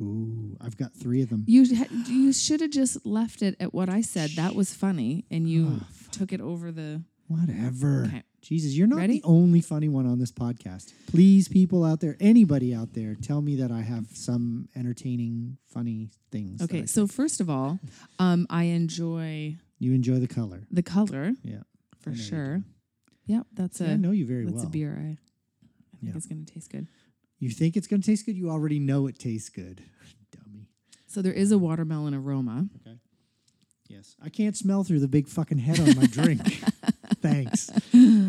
Speaker 2: Ooh, I've got three of them.
Speaker 3: You ha- you should have just left it at what I said. That was funny, and you
Speaker 2: Ah, fuck.
Speaker 3: took it over the.
Speaker 2: Whatever.
Speaker 3: Okay.
Speaker 2: Jesus, you're not
Speaker 3: Ready?
Speaker 2: the only funny one on this podcast. Please, people out there, anybody out there, tell me that I have some entertaining, funny things. that I
Speaker 3: Okay,
Speaker 2: say.
Speaker 3: so first of all, um, I enjoy
Speaker 2: you enjoy the color.
Speaker 3: the color
Speaker 2: Yeah. I
Speaker 3: for
Speaker 2: know you
Speaker 3: sure. Yep, that's
Speaker 2: See, I
Speaker 3: a
Speaker 2: know you very
Speaker 3: that's
Speaker 2: well.
Speaker 3: a uh, beer. I, I think
Speaker 2: Yeah.
Speaker 3: it's gonna taste good.
Speaker 2: You think it's going to taste good? You already know it tastes good. Dummy.
Speaker 3: So there is a watermelon aroma.
Speaker 2: Yes. I can't smell through the big fucking head on my drink. Thanks.
Speaker 3: You're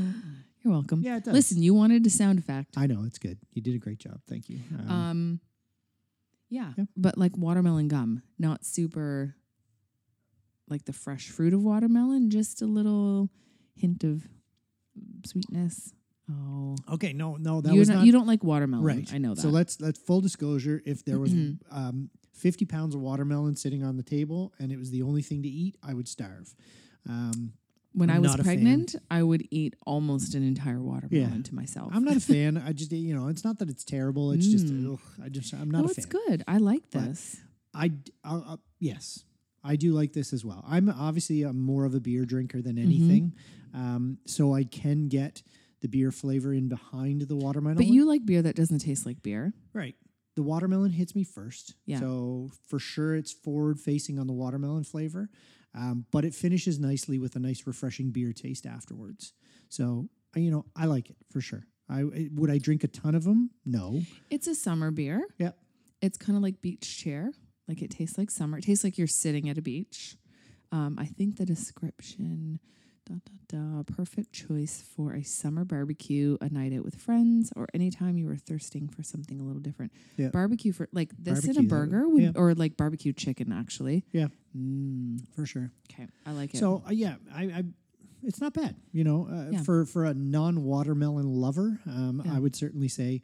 Speaker 3: welcome.
Speaker 2: Yeah, it does.
Speaker 3: Listen, you wanted a sound effect.
Speaker 2: I know it's good. You did a great job. Thank you. Um,
Speaker 3: Um, yeah,
Speaker 2: yeah.
Speaker 3: but like watermelon gum, not super like the fresh fruit of watermelon, just a little hint of sweetness. Oh,
Speaker 2: okay. No, no, that
Speaker 3: you're
Speaker 2: was
Speaker 3: not,
Speaker 2: not,
Speaker 3: you don't like watermelon,
Speaker 2: right.
Speaker 3: Um, I know that.
Speaker 2: So let's let full disclosure. If there was um, fifty pounds of watermelon sitting on the table and it was the only thing to eat, I would starve. Um,
Speaker 3: when i
Speaker 2: I'm
Speaker 3: was
Speaker 2: not a fan.
Speaker 3: pregnant, I would eat almost an entire watermelon to myself.
Speaker 2: I'm not a fan. I just you know, it's not that it's terrible. It's just ugh, I just I'm not
Speaker 3: Mm. no,
Speaker 2: a fan.
Speaker 3: Oh, it's good. I like
Speaker 2: But-
Speaker 3: this.
Speaker 2: I, d- I'll- I'll- yes, I do like this as well. I'm obviously I'm more of a beer drinker than
Speaker 3: Mm-hmm.
Speaker 2: anything, um, so I can get the beer flavor in behind the watermelon.
Speaker 3: But you like beer that doesn't taste like beer.
Speaker 2: right? The watermelon hits me first,
Speaker 3: Yeah.
Speaker 2: so for sure it's forward facing on the watermelon flavor, um, but it finishes nicely with a nice refreshing beer taste afterwards. So I- you know I like it for sure. I I- would I drink a ton of them? No.
Speaker 3: It's a summer beer.
Speaker 2: Yep.
Speaker 3: It's kind of like beach chair. Like it tastes like summer. It tastes like you're sitting at a beach. Um, I think the description, dot, dot, dot, perfect choice for a summer barbecue, a night out with friends, or anytime you were thirsting for something a little different.
Speaker 2: Yeah.
Speaker 3: Barbecue for like this
Speaker 2: Barbecue,
Speaker 3: in a
Speaker 2: that would-
Speaker 3: burger would,
Speaker 2: yeah.
Speaker 3: or like barbecue chicken actually.
Speaker 2: Yeah,
Speaker 3: Mm,
Speaker 2: for sure.
Speaker 3: okay, I like it.
Speaker 2: So uh, yeah, I, I it's not bad. You know, uh,
Speaker 3: Yeah.
Speaker 2: for for a non watermelon lover, um, I would certainly say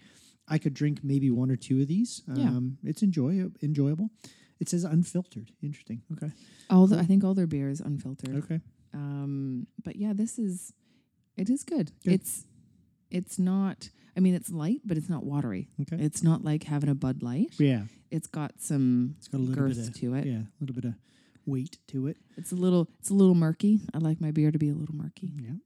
Speaker 2: I could drink maybe one or two of these.
Speaker 3: Yeah.
Speaker 2: Um, it's enjoy enjoyable. It says unfiltered. Interesting. Okay.
Speaker 3: all the, I think all their beer is unfiltered.
Speaker 2: Okay.
Speaker 3: Um, but yeah, this is it is good.
Speaker 2: Good.
Speaker 3: It's it's not. I mean, it's light, but it's not watery.
Speaker 2: Okay.
Speaker 3: It's not like having a Bud Light.
Speaker 2: yeah.
Speaker 3: It's got some
Speaker 2: It's got a little
Speaker 3: girth
Speaker 2: bit of
Speaker 3: to it.
Speaker 2: yeah, a little bit of weight to it.
Speaker 3: It's a little it's a little murky. I like my beer to be a little murky.
Speaker 2: Yeah.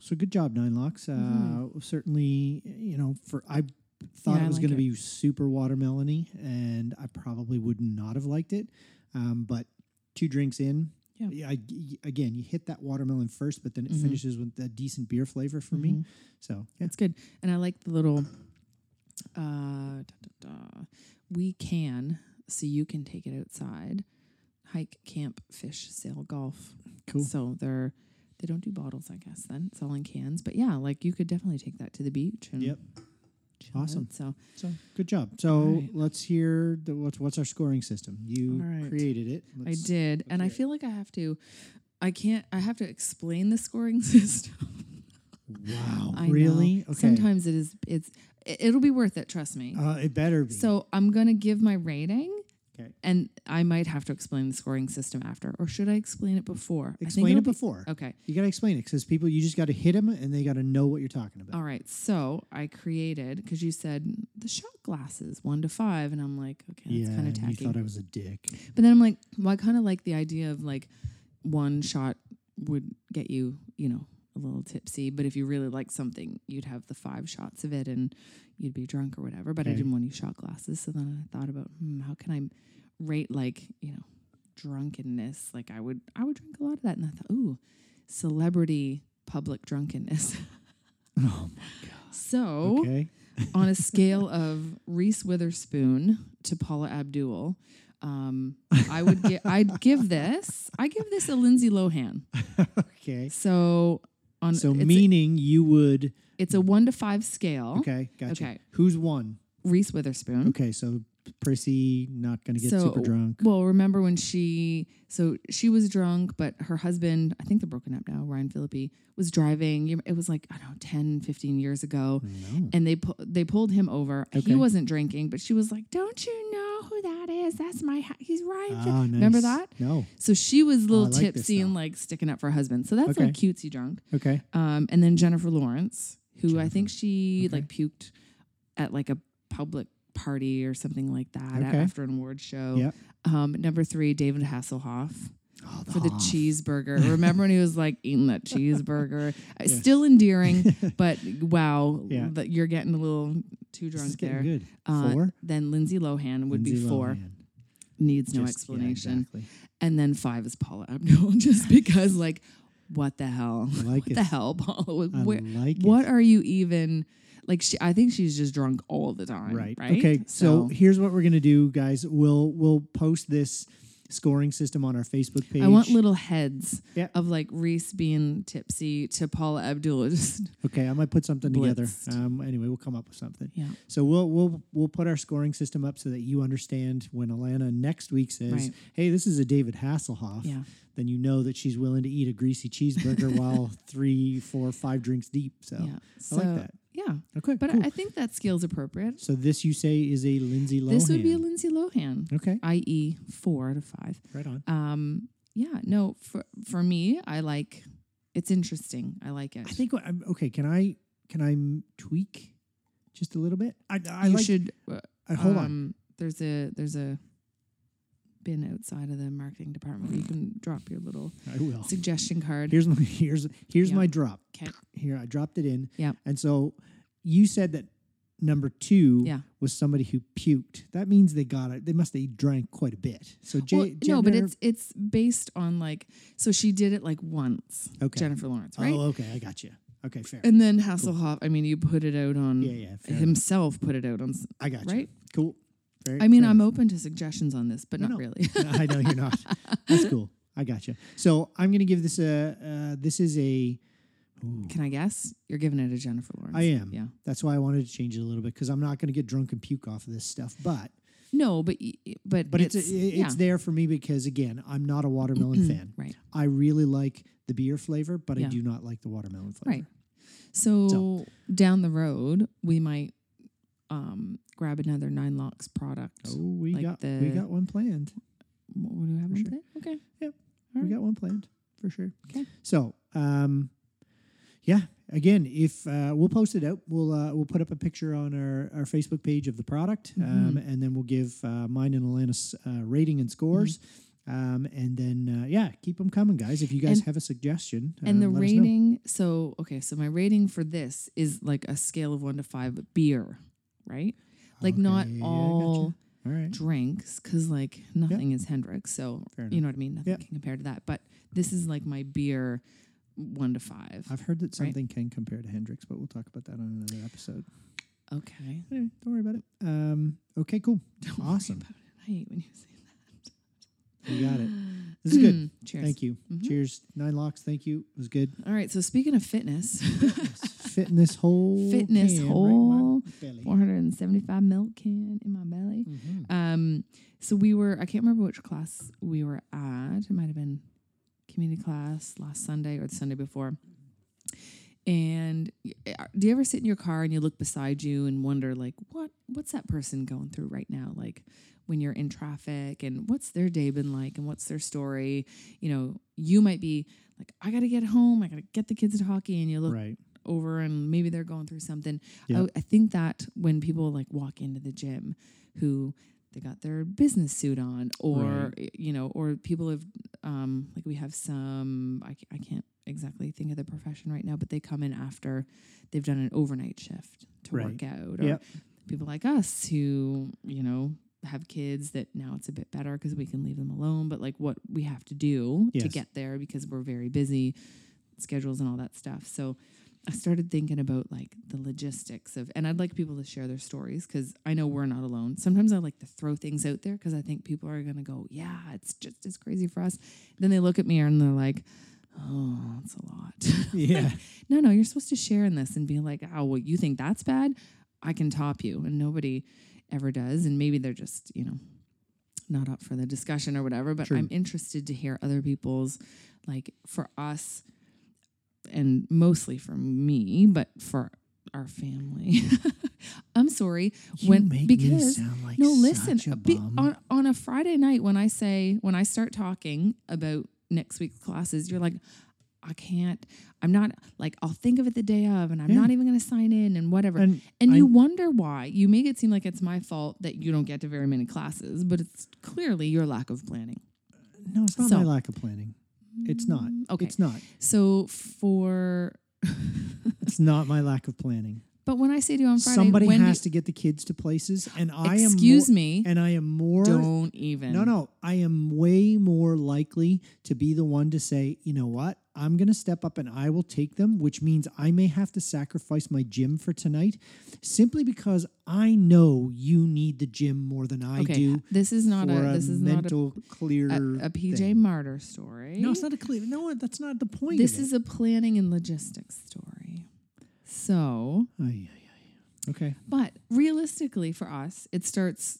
Speaker 2: So good job, Nine Locks. Uh, Certainly, you know, for I thought
Speaker 3: Mm-hmm. Yeah, I
Speaker 2: it was
Speaker 3: like
Speaker 2: going
Speaker 3: it.
Speaker 2: to be super watermelony, and I probably would not have liked it. Um, but two drinks in,
Speaker 3: Yeah.
Speaker 2: I, again, you hit that watermelon first, but then it
Speaker 3: Mhm.
Speaker 2: finishes with a decent beer flavor for me.
Speaker 3: Mhm.
Speaker 2: So yeah,
Speaker 3: It's good, and I like the little. Uh, da, da, da. We can so you can take it outside. Hike, camp, fish, sail, golf.
Speaker 2: cool.
Speaker 3: So they're they don't do bottles, I guess. Then it's all in cans. But yeah, like you could definitely take that to the beach. And
Speaker 2: Yep.
Speaker 3: chill out.
Speaker 2: Awesome.
Speaker 3: So
Speaker 2: So good job. So
Speaker 3: Alright.
Speaker 2: let's hear the, what's what's our scoring system. You
Speaker 3: Alright.
Speaker 2: created it.
Speaker 3: I
Speaker 2: Let's-
Speaker 3: did, and I
Speaker 2: hear it.
Speaker 3: feel like I have to. I can't. I have to explain the scoring system.
Speaker 2: Wow.
Speaker 3: I know.
Speaker 2: really? Okay.
Speaker 3: Sometimes it is. It's. it- It'll be worth it. Trust me.
Speaker 2: uh, it better be.
Speaker 3: so I'm gonna give my rating.
Speaker 2: 'Kay.
Speaker 3: And I might have to explain the scoring system after, or should I explain it before? I think
Speaker 2: explain
Speaker 3: it'll
Speaker 2: it
Speaker 3: be-
Speaker 2: before.
Speaker 3: Okay.
Speaker 2: You got to explain it because people, you just got to hit them and they got to know what you're talking about.
Speaker 3: All right. So I created because you said the shot glasses one to five, and I'm like, okay, that's kind of
Speaker 2: you
Speaker 3: tacky.
Speaker 2: thought I was a dick.
Speaker 3: But then I'm like, well, I kind of like the idea of like one shot would get you, you know, a little tipsy. But if you really like something, you'd have the five shots of it and you'd be drunk or whatever. But I
Speaker 2: Okay.
Speaker 3: didn't want any shot glasses. So then I thought about, hmm, how can I rate like, you know, drunkenness? Like I would, I would drink a lot of that. And I thought, ooh, celebrity public drunkenness.
Speaker 2: Oh,
Speaker 3: So
Speaker 2: okay.
Speaker 3: on a scale of Reese Witherspoon to Paula Abdul, um, I would give I'd give this I give this a Lindsay Lohan.
Speaker 2: Okay.
Speaker 3: So on
Speaker 2: So
Speaker 3: it's,
Speaker 2: meaning you would.
Speaker 3: it's a one to five scale.
Speaker 2: Okay. Gotcha.
Speaker 3: Okay.
Speaker 2: Who's one?
Speaker 3: Reese Witherspoon.
Speaker 2: Okay. So prissy, not going to get super drunk.
Speaker 3: Well, remember when she so she was drunk, but her husband, I think they're broken up now, Ryan Philippi, was driving. You- It was like, I don't know, 10, 15 years ago.
Speaker 2: No. Ah,
Speaker 3: And they pu- they pulled him over.
Speaker 2: Okay.
Speaker 3: He wasn't drinking, but she was like, "Don't you know who that is? That's my hu- he's Ryan." Phil-"
Speaker 2: Ah,
Speaker 3: Remember
Speaker 2: nice.
Speaker 3: that?
Speaker 2: No.
Speaker 3: So she
Speaker 2: Oh,
Speaker 3: was a
Speaker 2: I
Speaker 3: little
Speaker 2: like this
Speaker 3: tipsy and
Speaker 2: now.
Speaker 3: like sticking up for her husband. So that's
Speaker 2: Okay.
Speaker 3: like cutesy drunk.
Speaker 2: Okay.
Speaker 3: Um, and then Jennifer Lawrence, who I think she
Speaker 2: Okay.
Speaker 3: like puked at like a public party or something like that
Speaker 2: Okay.
Speaker 3: after an award show.
Speaker 2: Yep.
Speaker 3: Um, number three, David Hasselhoff
Speaker 2: Oh,
Speaker 3: for the
Speaker 2: Hoff.
Speaker 3: cheeseburger. Remember when he was like eating that cheeseburger? Uh, Still endearing, but wow,
Speaker 2: Yeah.
Speaker 3: that you're getting a little too
Speaker 2: This
Speaker 3: drunk
Speaker 2: is getting
Speaker 3: there.
Speaker 2: good.
Speaker 3: Uh,
Speaker 2: four
Speaker 3: Then Lindsay Lohan would be
Speaker 2: Lindsay
Speaker 3: four.
Speaker 2: Lohan.
Speaker 3: Needs no
Speaker 2: Just- yeah,
Speaker 3: explanation.
Speaker 2: exactly.
Speaker 3: And then five is Paula Abdul, just because like, what the hell?
Speaker 2: I like
Speaker 3: what
Speaker 2: it.
Speaker 3: the hell, Paula?
Speaker 2: Um, I
Speaker 3: Where,
Speaker 2: like it.
Speaker 3: what are you even like? She, I think she's just drunk all the time. Right.
Speaker 2: Okay. So, here's what we're gonna do, guys. We'll we'll post this scoring system on our Facebook page.
Speaker 3: I want little heads
Speaker 2: Yeah.
Speaker 3: of like Reese being tipsy to Paula Abdul. Just
Speaker 2: Okay, I might put something together.
Speaker 3: Blitzed.
Speaker 2: Um, anyway, we'll come up with something.
Speaker 3: yeah,
Speaker 2: So we'll we'll we'll put our scoring system up so that you understand when Alana next week says,
Speaker 3: Right.
Speaker 2: "Hey, this is a David Hasselhoff."
Speaker 3: Yeah.
Speaker 2: Then you know that she's willing to eat a greasy cheeseburger while three, four, five drinks deep. So
Speaker 3: yeah.
Speaker 2: I like that.
Speaker 3: Yeah,
Speaker 2: Okay,
Speaker 3: but
Speaker 2: cool.
Speaker 3: I think that scale's appropriate.
Speaker 2: so this you say is a Lindsay Lohan.
Speaker 3: This would be a Lindsay Lohan,
Speaker 2: okay,
Speaker 3: i.e., four out of five.
Speaker 2: right on.
Speaker 3: Um, yeah, no, for for me, I like. It's interesting. I like it.
Speaker 2: I think what I'm okay. Can I can I m- tweak just a little bit? I I
Speaker 3: you
Speaker 2: like.
Speaker 3: should uh,
Speaker 2: uh, hold on.
Speaker 3: um, There's a there's a bin outside of the marketing department where you can drop your little
Speaker 2: I will.
Speaker 3: suggestion card.
Speaker 2: Here's my here's here's
Speaker 3: Yeah.
Speaker 2: my drop.
Speaker 3: Okay.
Speaker 2: Here I dropped it in.
Speaker 3: Yeah.
Speaker 2: And so you said that number two
Speaker 3: Yeah.
Speaker 2: was somebody who puked. That means they got it. They must have drank quite a bit. So J-
Speaker 3: Well, no, but
Speaker 2: Jenner-
Speaker 3: it's it's based on like so she did it like once.
Speaker 2: Okay.
Speaker 3: Jennifer Lawrence, right?
Speaker 2: Oh, okay. I got you. Okay, fair.
Speaker 3: And then Hasselhoff. I mean, you put it out on
Speaker 2: Yeah, yeah, fair
Speaker 3: himself. Put it out on. s-
Speaker 2: I got you.
Speaker 3: right?
Speaker 2: Cool. Very-
Speaker 3: I mean,
Speaker 2: fair
Speaker 3: I'm
Speaker 2: enough.
Speaker 3: open to suggestions on this, but
Speaker 2: No, no.
Speaker 3: not really.
Speaker 2: No, I know you're not. That's cool. I got you. So I'm gonna give this a. Uh, this is a.
Speaker 3: Can I guess? You're giving it to Jennifer Lawrence.
Speaker 2: I am.
Speaker 3: Yeah.
Speaker 2: That's why I wanted to change it a little bit because I'm not gonna get drunk and puke off of this stuff. But
Speaker 3: No, but y- y- but
Speaker 2: but it's it's,
Speaker 3: yeah, Mm-hmm.
Speaker 2: it's there for me because again, I'm not a watermelon fan.
Speaker 3: right,
Speaker 2: I really like the beer flavor, but I
Speaker 3: Yeah.
Speaker 2: do not like the watermelon flavor.
Speaker 3: right. So,
Speaker 2: So-
Speaker 3: down the road, we might um, grab another Nine Locks product.
Speaker 2: Oh, we
Speaker 3: Like
Speaker 2: got we
Speaker 3: the-
Speaker 2: got one planned.
Speaker 3: What what do we have?
Speaker 2: Sure.
Speaker 3: on today? Okay.
Speaker 2: We
Speaker 3: Alright.
Speaker 2: got one planned for sure.
Speaker 3: Mm. Okay.
Speaker 2: So, um, yeah. Again, if uh, we'll post it out, we'll uh, we'll put up a picture on our, our Facebook page of the product,
Speaker 3: Mm-hmm.
Speaker 2: um, and then we'll give uh, mine and Alana's uh, rating and scores.
Speaker 3: Mm-hmm.
Speaker 2: Um, and then uh, yeah, keep them coming, guys. If you guys
Speaker 3: And-
Speaker 2: have a suggestion, um,
Speaker 3: And the
Speaker 2: let us know.
Speaker 3: rating, so okay, so my rating for this is like a scale of one to five but beer, right? Like not
Speaker 2: Okay, yeah, I gotcha.
Speaker 3: all
Speaker 2: All right.
Speaker 3: drinks, because like nothing is Hendrix, so
Speaker 2: Fair
Speaker 3: you know what I mean. Nothing
Speaker 2: Yeah.
Speaker 3: can compare to that. But this is like my beer, one to five.
Speaker 2: I've heard that something can compare to Hendrix, but we'll talk about that on another episode.
Speaker 3: Okay,
Speaker 2: Anyway, don't worry about it. Um, okay, cool. awesome.
Speaker 3: I hate when you say
Speaker 2: You got it. This is good.
Speaker 3: that. Cheers. Mm-hmm.
Speaker 2: Thank you. Cheers. Nine locks. Thank you. It was good.
Speaker 3: All right, so speaking of fitness,
Speaker 2: Fitting this whole
Speaker 3: Fitness
Speaker 2: can
Speaker 3: whole-
Speaker 2: right in my belly.
Speaker 3: 475 milk can in my belly.
Speaker 2: Mhm.
Speaker 3: Um, so we were, I can't remember which class we were at. It might have been community class last Sunday or the Sunday before. And y- uh, do you ever sit in your car and you look beside you and wonder like what what's that person going through right now? Like when you're in traffic and what's their day been like and what's their story? You know, you might be like, I gotta get home, I gotta get the kids to hockey, and you look
Speaker 2: Right.
Speaker 3: over and maybe they're going through something. Oh,
Speaker 2: Yeah.
Speaker 3: I, I think that when people like walk into the gym who they got their business suit on or you know or people have um like we have some I, ca- I can't exactly think of the profession right now but they come in after they've done an overnight shift to
Speaker 2: Right.
Speaker 3: work out or
Speaker 2: Yep.
Speaker 3: people like us who you know have kids that now it's a bit better because we can leave them alone but like what we have to do to
Speaker 2: Yes.
Speaker 3: get there because we're very busy schedules and all that stuff so i started thinking about like the logistics of and i'd like people to share their stories because i know we're not alone sometimes i like to throw things out there because i think people are going to go yeah it's just as crazy for us then they look at me and they're like oh that's a lot
Speaker 2: Yeah.
Speaker 3: no, no, you're supposed to share in this and be like, oh, well, you think that's bad? I can top you. And nobody, ever does. And maybe they're just, you know, not up for the discussion or whatever. But
Speaker 2: True.
Speaker 3: I'm interested to hear other people's, like for us, and mostly for me, but for our family. I'm sorry.
Speaker 2: You
Speaker 3: when
Speaker 2: make me
Speaker 3: because
Speaker 2: sound like
Speaker 3: no, listen.
Speaker 2: Such a
Speaker 3: be-
Speaker 2: bum.
Speaker 3: on on a Friday night when I say when I start talking about next week's classes, you're like, I can't. I'm not like I'll think of it the day of, and I'm
Speaker 2: Yeah.
Speaker 3: not even going to sign in and whatever. And,
Speaker 2: and I-
Speaker 3: you wonder why. You make it seem like it's my fault that you don't get to very many classes, but it's clearly your lack of planning.
Speaker 2: no, it's not
Speaker 3: so- Mm,
Speaker 2: my lack of planning. It's not.
Speaker 3: okay.
Speaker 2: It's not.
Speaker 3: So for,
Speaker 2: It's not my lack of planning.
Speaker 3: but when I say to you on Friday,
Speaker 2: Somebody
Speaker 3: when do
Speaker 2: has
Speaker 3: you-
Speaker 2: to get the kids to places, and I am.
Speaker 3: excuse
Speaker 2: more,
Speaker 3: me,
Speaker 2: And I am more.
Speaker 3: don't even.
Speaker 2: No, no. I am way more likely to be the one to say, you know what? I'm going to step up and I will take them, which means I may have to sacrifice my gym for tonight simply because I know you need the gym more than I
Speaker 3: Okay,
Speaker 2: do
Speaker 3: this is not a
Speaker 2: for a,
Speaker 3: this is not a,
Speaker 2: mental clear
Speaker 3: a, a PJ
Speaker 2: thing.
Speaker 3: Martyr story.
Speaker 2: No, it's not a clear. No, that's not the point.
Speaker 3: This is a planning and logistics story. So,
Speaker 2: Okay.
Speaker 3: but realistically for us, it starts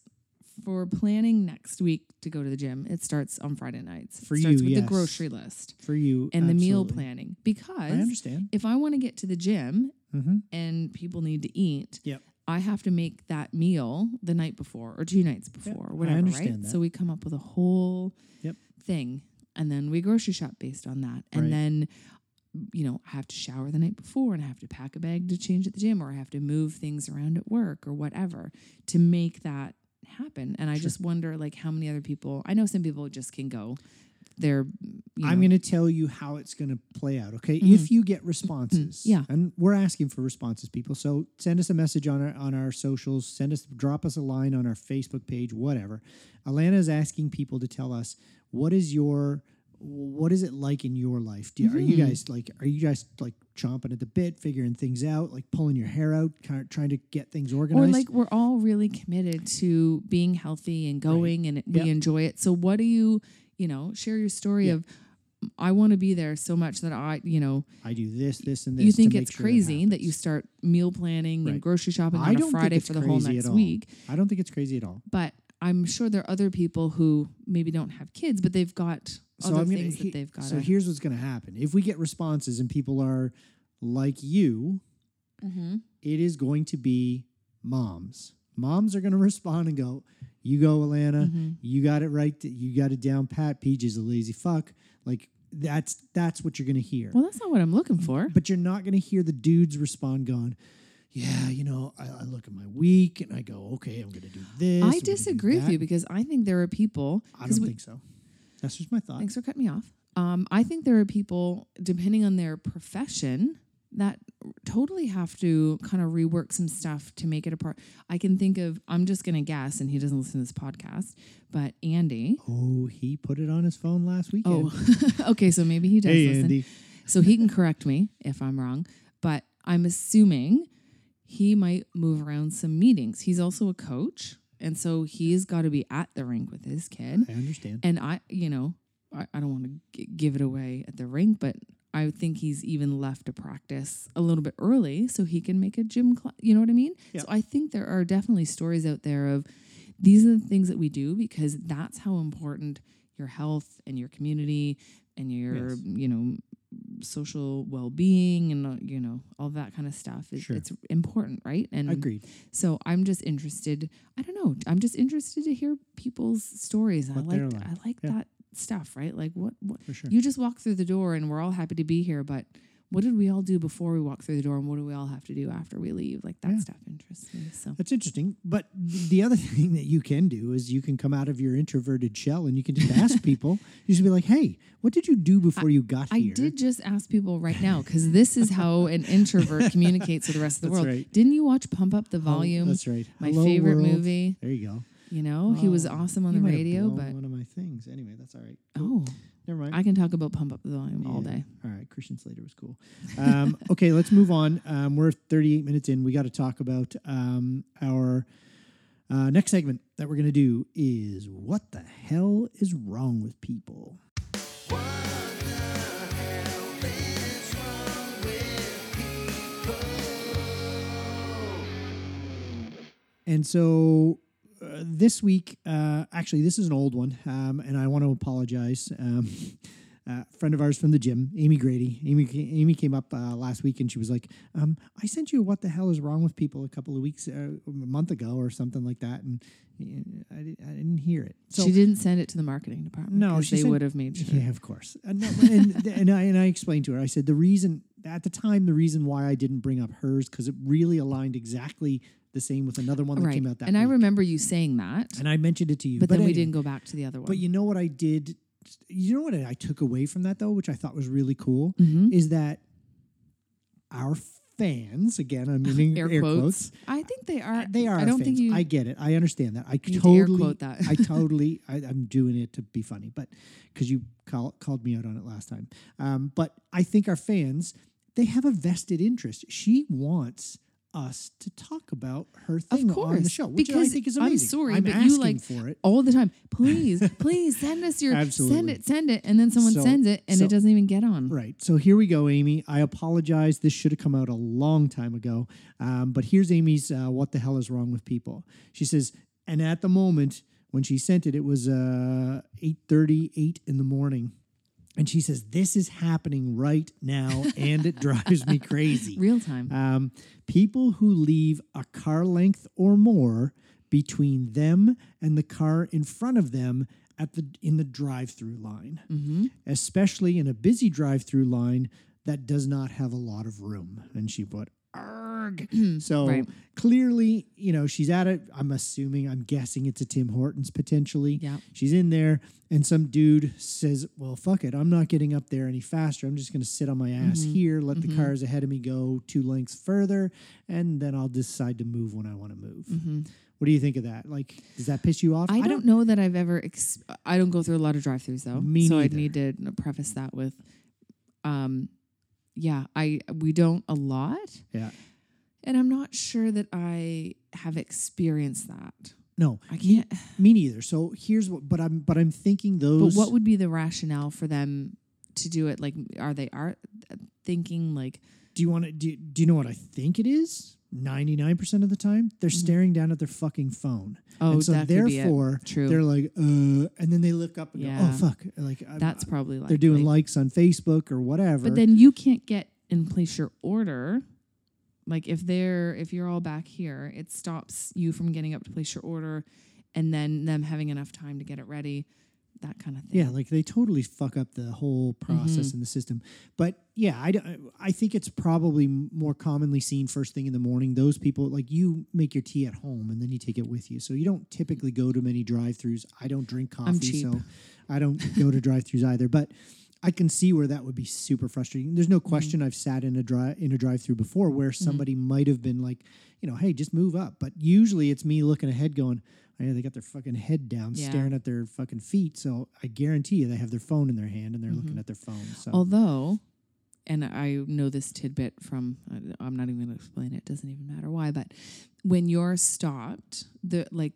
Speaker 3: for planning next week to go to the gym. It starts on Friday nights. It
Speaker 2: For
Speaker 3: starts
Speaker 2: you,
Speaker 3: with the
Speaker 2: yes.
Speaker 3: grocery list
Speaker 2: For you.
Speaker 3: and the meal
Speaker 2: absolutely.
Speaker 3: planning
Speaker 2: I
Speaker 3: because
Speaker 2: understand.
Speaker 3: if I want to get to the gym
Speaker 2: Mm-hmm.
Speaker 3: and people need to eat,
Speaker 2: Yep.
Speaker 3: I have to make that meal the night before or two nights before or
Speaker 2: I
Speaker 3: whatever, right?
Speaker 2: understand that.
Speaker 3: So we come up with a whole
Speaker 2: Yep.
Speaker 3: thing and then we grocery shop based on that. And
Speaker 2: Right.
Speaker 3: then, you know, I have to shower the night before and I have to pack a bag to change at the gym or I have to move things around at work or whatever to make that happen. And I
Speaker 2: Sure.
Speaker 3: just wonder like how many other people, I know some people just can go. They're, you know, Mm-hmm.
Speaker 2: I'm going to tell you how it's going to play out. Okay, if you get responses,
Speaker 3: Yeah.
Speaker 2: and we're asking for responses, people. So send us a message on our on our socials. Send us, drop us a line on our Facebook page, whatever. Alana is asking people to tell us what is your what is it like in your life? Do, Are you
Speaker 3: Mm-hmm.
Speaker 2: guys like are you guys like chomping at the bit, figuring things out, like pulling your hair out, kind of trying to get things
Speaker 3: or
Speaker 2: organized?
Speaker 3: like we're all really committed to being healthy and going and it- we
Speaker 2: Yep.
Speaker 3: enjoy it so what do you you know share your story
Speaker 2: Yeah.
Speaker 3: of i want to be there so much that i you know
Speaker 2: I do this, this, and this.
Speaker 3: you
Speaker 2: to
Speaker 3: think
Speaker 2: make
Speaker 3: it's
Speaker 2: sure
Speaker 3: crazy that,
Speaker 2: happens.
Speaker 3: you start meal planning
Speaker 2: Right.
Speaker 3: and grocery shopping
Speaker 2: I
Speaker 3: on
Speaker 2: don't
Speaker 3: a friday
Speaker 2: think it's
Speaker 3: for the whole
Speaker 2: crazy at
Speaker 3: next
Speaker 2: all.
Speaker 3: week
Speaker 2: I don't think it's crazy at all.
Speaker 3: but i'm sure there are other people who maybe don't have kids but they've got other
Speaker 2: I'm
Speaker 3: things
Speaker 2: he-
Speaker 3: that they've got
Speaker 2: So here's what's going to happen: if we get responses and people are like you,
Speaker 3: Mm-hmm.
Speaker 2: it is going to be moms. Moms are going to respond and go, "You go, Alana.
Speaker 3: Mm-hmm.
Speaker 2: You got it right. You got it down pat. Peach is a lazy fuck." Like that's that's what you're going to hear.
Speaker 3: well that's not what i'm looking for
Speaker 2: But you're not going to hear the dudes respond going, yeah, you know, I, I look at my week and I go, okay, I'm going to do this. I'm
Speaker 3: i
Speaker 2: gonna do
Speaker 3: disagree with
Speaker 2: that."
Speaker 3: you because i think there are people
Speaker 2: I
Speaker 3: 'cause
Speaker 2: don't
Speaker 3: we-
Speaker 2: think so. That's just my thought.
Speaker 3: Thanks for cutting me off. Um, I think there are people, depending on their profession, that totally have to kind of rework some stuff to make it a part. I can think of, I'm just going to guess, and he doesn't listen to this podcast, but Andy.
Speaker 2: Oh, he put it on his phone last weekend.
Speaker 3: Oh, okay. So maybe he does
Speaker 2: hey,
Speaker 3: listen.
Speaker 2: Andy.
Speaker 3: So he can correct me if I'm wrong, but I'm assuming he might move around some meetings. He's also a coach. And so he's got to be at the rink with his kid.
Speaker 2: I understand.
Speaker 3: And I, you know, I, I don't want to g- give it away at the rink, but I think he's even left to practice a little bit early so he can make a gym class. You know what I mean?
Speaker 2: Yeah.
Speaker 3: So I think there are definitely stories out there of these are the things that we do because that's how important your health and your community and your,
Speaker 2: Yes.
Speaker 3: you know, social well-being and uh, you know all that kind of stuff is
Speaker 2: Sure.
Speaker 3: it's important right and
Speaker 2: Agreed.
Speaker 3: so I'm just interested. I don't know. I'm just interested to hear people's stories. And I
Speaker 2: What they're
Speaker 3: like,
Speaker 2: like.
Speaker 3: I like
Speaker 2: Yeah.
Speaker 3: that stuff, right? Like what, what
Speaker 2: For sure.
Speaker 3: you just walk through the door and we're all happy to be here, but what did we all do before we walk through the door and what do we all have to do after we leave? Like that
Speaker 2: Yeah.
Speaker 3: stuff interests me. So
Speaker 2: That's interesting. But the other thing that you can do is you can come out of your introverted shell and you can just ask people. You should be like, hey, what did you do before you got
Speaker 3: I
Speaker 2: here?
Speaker 3: did just ask people right now because this is how an introvert communicates with the rest of the
Speaker 2: That's
Speaker 3: world.
Speaker 2: right.
Speaker 3: Didn't you watch Pump Up the
Speaker 2: Oh,
Speaker 3: Volume?
Speaker 2: That's right.
Speaker 3: My
Speaker 2: Hello,
Speaker 3: favorite
Speaker 2: world.
Speaker 3: movie.
Speaker 2: There you go.
Speaker 3: You know, he was
Speaker 2: Oh,
Speaker 3: awesome on
Speaker 2: You
Speaker 3: the
Speaker 2: might have
Speaker 3: radio,
Speaker 2: blown
Speaker 3: but
Speaker 2: one of my things. Anyway, that's all right.
Speaker 3: oh,
Speaker 2: Never mind.
Speaker 3: I can talk about Pump Up the Volume all
Speaker 2: Yeah.
Speaker 3: day.
Speaker 2: All right, Christian Slater was cool. Um, okay, let's move on. Um, we're 38 minutes in. We got to talk about um, our uh, next segment that we're going to do is what the hell is wrong with people? and so uh, this week, uh, actually, this is an old one, um, and I want to apologize. Um, uh, friend of ours from the gym, Amy Grady. Amy, ca- Amy came up uh, last week and she was like, um, "I sent you what the hell is wrong with people a couple of weeks, uh, a month ago or something like that," and uh, I, di- I didn't hear it. So
Speaker 3: she didn't send it to the marketing department.
Speaker 2: No,
Speaker 3: 'cause
Speaker 2: she
Speaker 3: they
Speaker 2: sent-
Speaker 3: would have made sure.
Speaker 2: yeah, of course. And, no, and, and, I, and I explained to her, I said, the reason, at the time, the reason why I didn't bring up hers, because it really aligned exactly the same with another one that
Speaker 3: right.
Speaker 2: came out that
Speaker 3: and I
Speaker 2: week.
Speaker 3: remember you saying that,
Speaker 2: and I mentioned it to you.
Speaker 3: but, then we
Speaker 2: anyway.
Speaker 3: didn't go back to the other one.
Speaker 2: But you know what I did? You know what I took away from that, though, which I thought was really cool,
Speaker 3: Mhm.
Speaker 2: is that our fans, again, I'm using
Speaker 3: air, quotes. I think they are.
Speaker 2: Uh, They are.
Speaker 3: I
Speaker 2: our
Speaker 3: don't
Speaker 2: fans.
Speaker 3: think you.
Speaker 2: I get it. I understand that. I
Speaker 3: need to
Speaker 2: totally
Speaker 3: air quote that.
Speaker 2: I totally. I, I'm doing it to be funny, but because you call, called me out on it last time. Um, but I think our fans they have a vested interest. She wants us to talk about her thing on the
Speaker 3: course,
Speaker 2: show, which I
Speaker 3: because
Speaker 2: think is
Speaker 3: I'm
Speaker 2: amazing.
Speaker 3: sorry,
Speaker 2: I'm
Speaker 3: but you,
Speaker 2: asking
Speaker 3: like,
Speaker 2: for it.
Speaker 3: all the time. Please, please send us your send
Speaker 2: Absolutely.
Speaker 3: it, send it, and then someone
Speaker 2: So-
Speaker 3: sends it, and
Speaker 2: so-
Speaker 3: it doesn't even get on.
Speaker 2: Right. So here we go, Amy. I apologize. This should have come out a long time ago. Um, but here's Amy's uh, What the Hell is Wrong with People. She says, and at the moment when she sent it, it was uh, 8.38 in the morning. And she says, this is happening right now, and it drives me crazy.
Speaker 3: Real time.
Speaker 2: Um, people who leave a car length or more between them and the car in front of them at the in the drive-through line, especially in a busy drive-through line that does not have a lot of room. And she put, "Arg." so
Speaker 3: Right.
Speaker 2: clearly, you know, she's at it. I'm assuming, I'm guessing it's a Tim Hortons potentially.
Speaker 3: Yeah.
Speaker 2: She's in there, and some dude says, Well, fuck it. I'm not getting up there any faster. I'm just going to sit on my ass
Speaker 3: Mm-hmm.
Speaker 2: here, let the cars ahead of me go two lengths further, and then I'll decide to move when I want to move. What do you think of that? Like, does that piss you off?
Speaker 3: Mm-hmm. I, don't know that I've ever. Ex- I don't go through a lot of drive-throughs though,
Speaker 2: Me
Speaker 3: so
Speaker 2: neither.
Speaker 3: I need to preface that with, um, yeah, I we don't a lot,
Speaker 2: Yeah.
Speaker 3: and I'm not sure that I have experienced that.
Speaker 2: No,
Speaker 3: I can't.
Speaker 2: me neither. So here's what, but I'm, but I'm thinking
Speaker 3: But
Speaker 2: those.
Speaker 3: what would be the rationale for them to do it? Like, are they are thinking like
Speaker 2: do you want to, do, do you know what I think it is? 99% of the time, they're staring down at their fucking phone.
Speaker 3: Mm-hmm. Oh,
Speaker 2: and so
Speaker 3: that could be it.
Speaker 2: therefore,
Speaker 3: True.
Speaker 2: they're like, uh, and then they look up and go, oh,
Speaker 3: Yeah.
Speaker 2: fuck. Like, I'm-
Speaker 3: that's probably like
Speaker 2: they're doing likes on Facebook or whatever.
Speaker 3: But then you can't get and place your order. Like if they're if you're all back here, it stops you from getting up to place your order, and then them having enough time to get it ready, that kind of thing.
Speaker 2: yeah, like they totally fuck up the whole process
Speaker 3: Mm-hmm.
Speaker 2: in the system. But yeah, I, d- I think it's probably m- more commonly seen first thing in the morning. Those people, like you make your tea at home and then you take it with you. So you don't typically go to many drive throughs. I don't drink coffee,
Speaker 3: cheap.
Speaker 2: so I don't go to drive throughs either. But I can see where that would be super frustrating. There's no
Speaker 3: Mm-hmm.
Speaker 2: question I've sat in a drive in a drive through before where somebody might have been like, you know, hey, just move up. But usually it's me looking ahead going, I know they got their fucking head down,
Speaker 3: Yeah.
Speaker 2: staring at their fucking feet. So I guarantee you they have their phone in their hand and they're looking at their phone. So
Speaker 3: Mm-hmm. Although, and I know this tidbit from I- I'm not even going to explain it. it. Doesn't even matter why, but when you're stopped, the like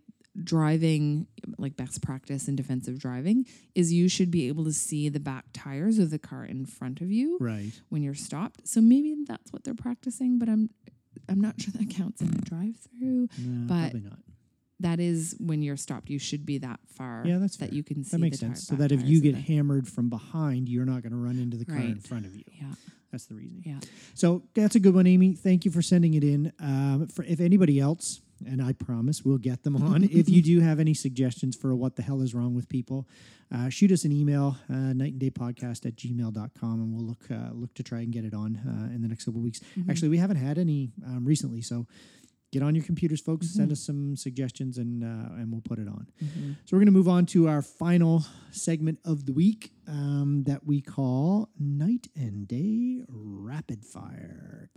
Speaker 3: driving like best practice in defensive driving is you should be able to see the back tires of the car in front of you
Speaker 2: right.
Speaker 3: when you're stopped. So maybe that's what they're practicing, but I'm I'm not sure that counts
Speaker 2: Mm.
Speaker 3: in a drive-through.
Speaker 2: No,
Speaker 3: But-
Speaker 2: probably not.
Speaker 3: That is when you're stopped. You should be that far
Speaker 2: Yeah, that's
Speaker 3: that
Speaker 2: fair.
Speaker 3: you can see
Speaker 2: That makes
Speaker 3: the tire-
Speaker 2: sense. So
Speaker 3: back
Speaker 2: that if
Speaker 3: tires
Speaker 2: you
Speaker 3: of
Speaker 2: get
Speaker 3: the-
Speaker 2: hammered from behind, you're not going to run into the car in
Speaker 3: Right.
Speaker 2: front of you.
Speaker 3: yeah,
Speaker 2: That's the reason.
Speaker 3: yeah.
Speaker 2: So that's a good one, Amy. Thank you for sending it in. Um, for if anybody else, and I promise we'll get them on. if you do have any suggestions for what the hell is wrong with people, uh, shoot us an email, uh, night and day podcast at gmail.com, and we'll look uh, look to try and get it on uh, in the next couple of weeks. Actually, we haven't had any um, recently, so get on your computers, folks. Send us some suggestions, and uh, and we'll put it on. So we're going to move on to our final segment of the week um, that we call Night and Day Rapid Fire.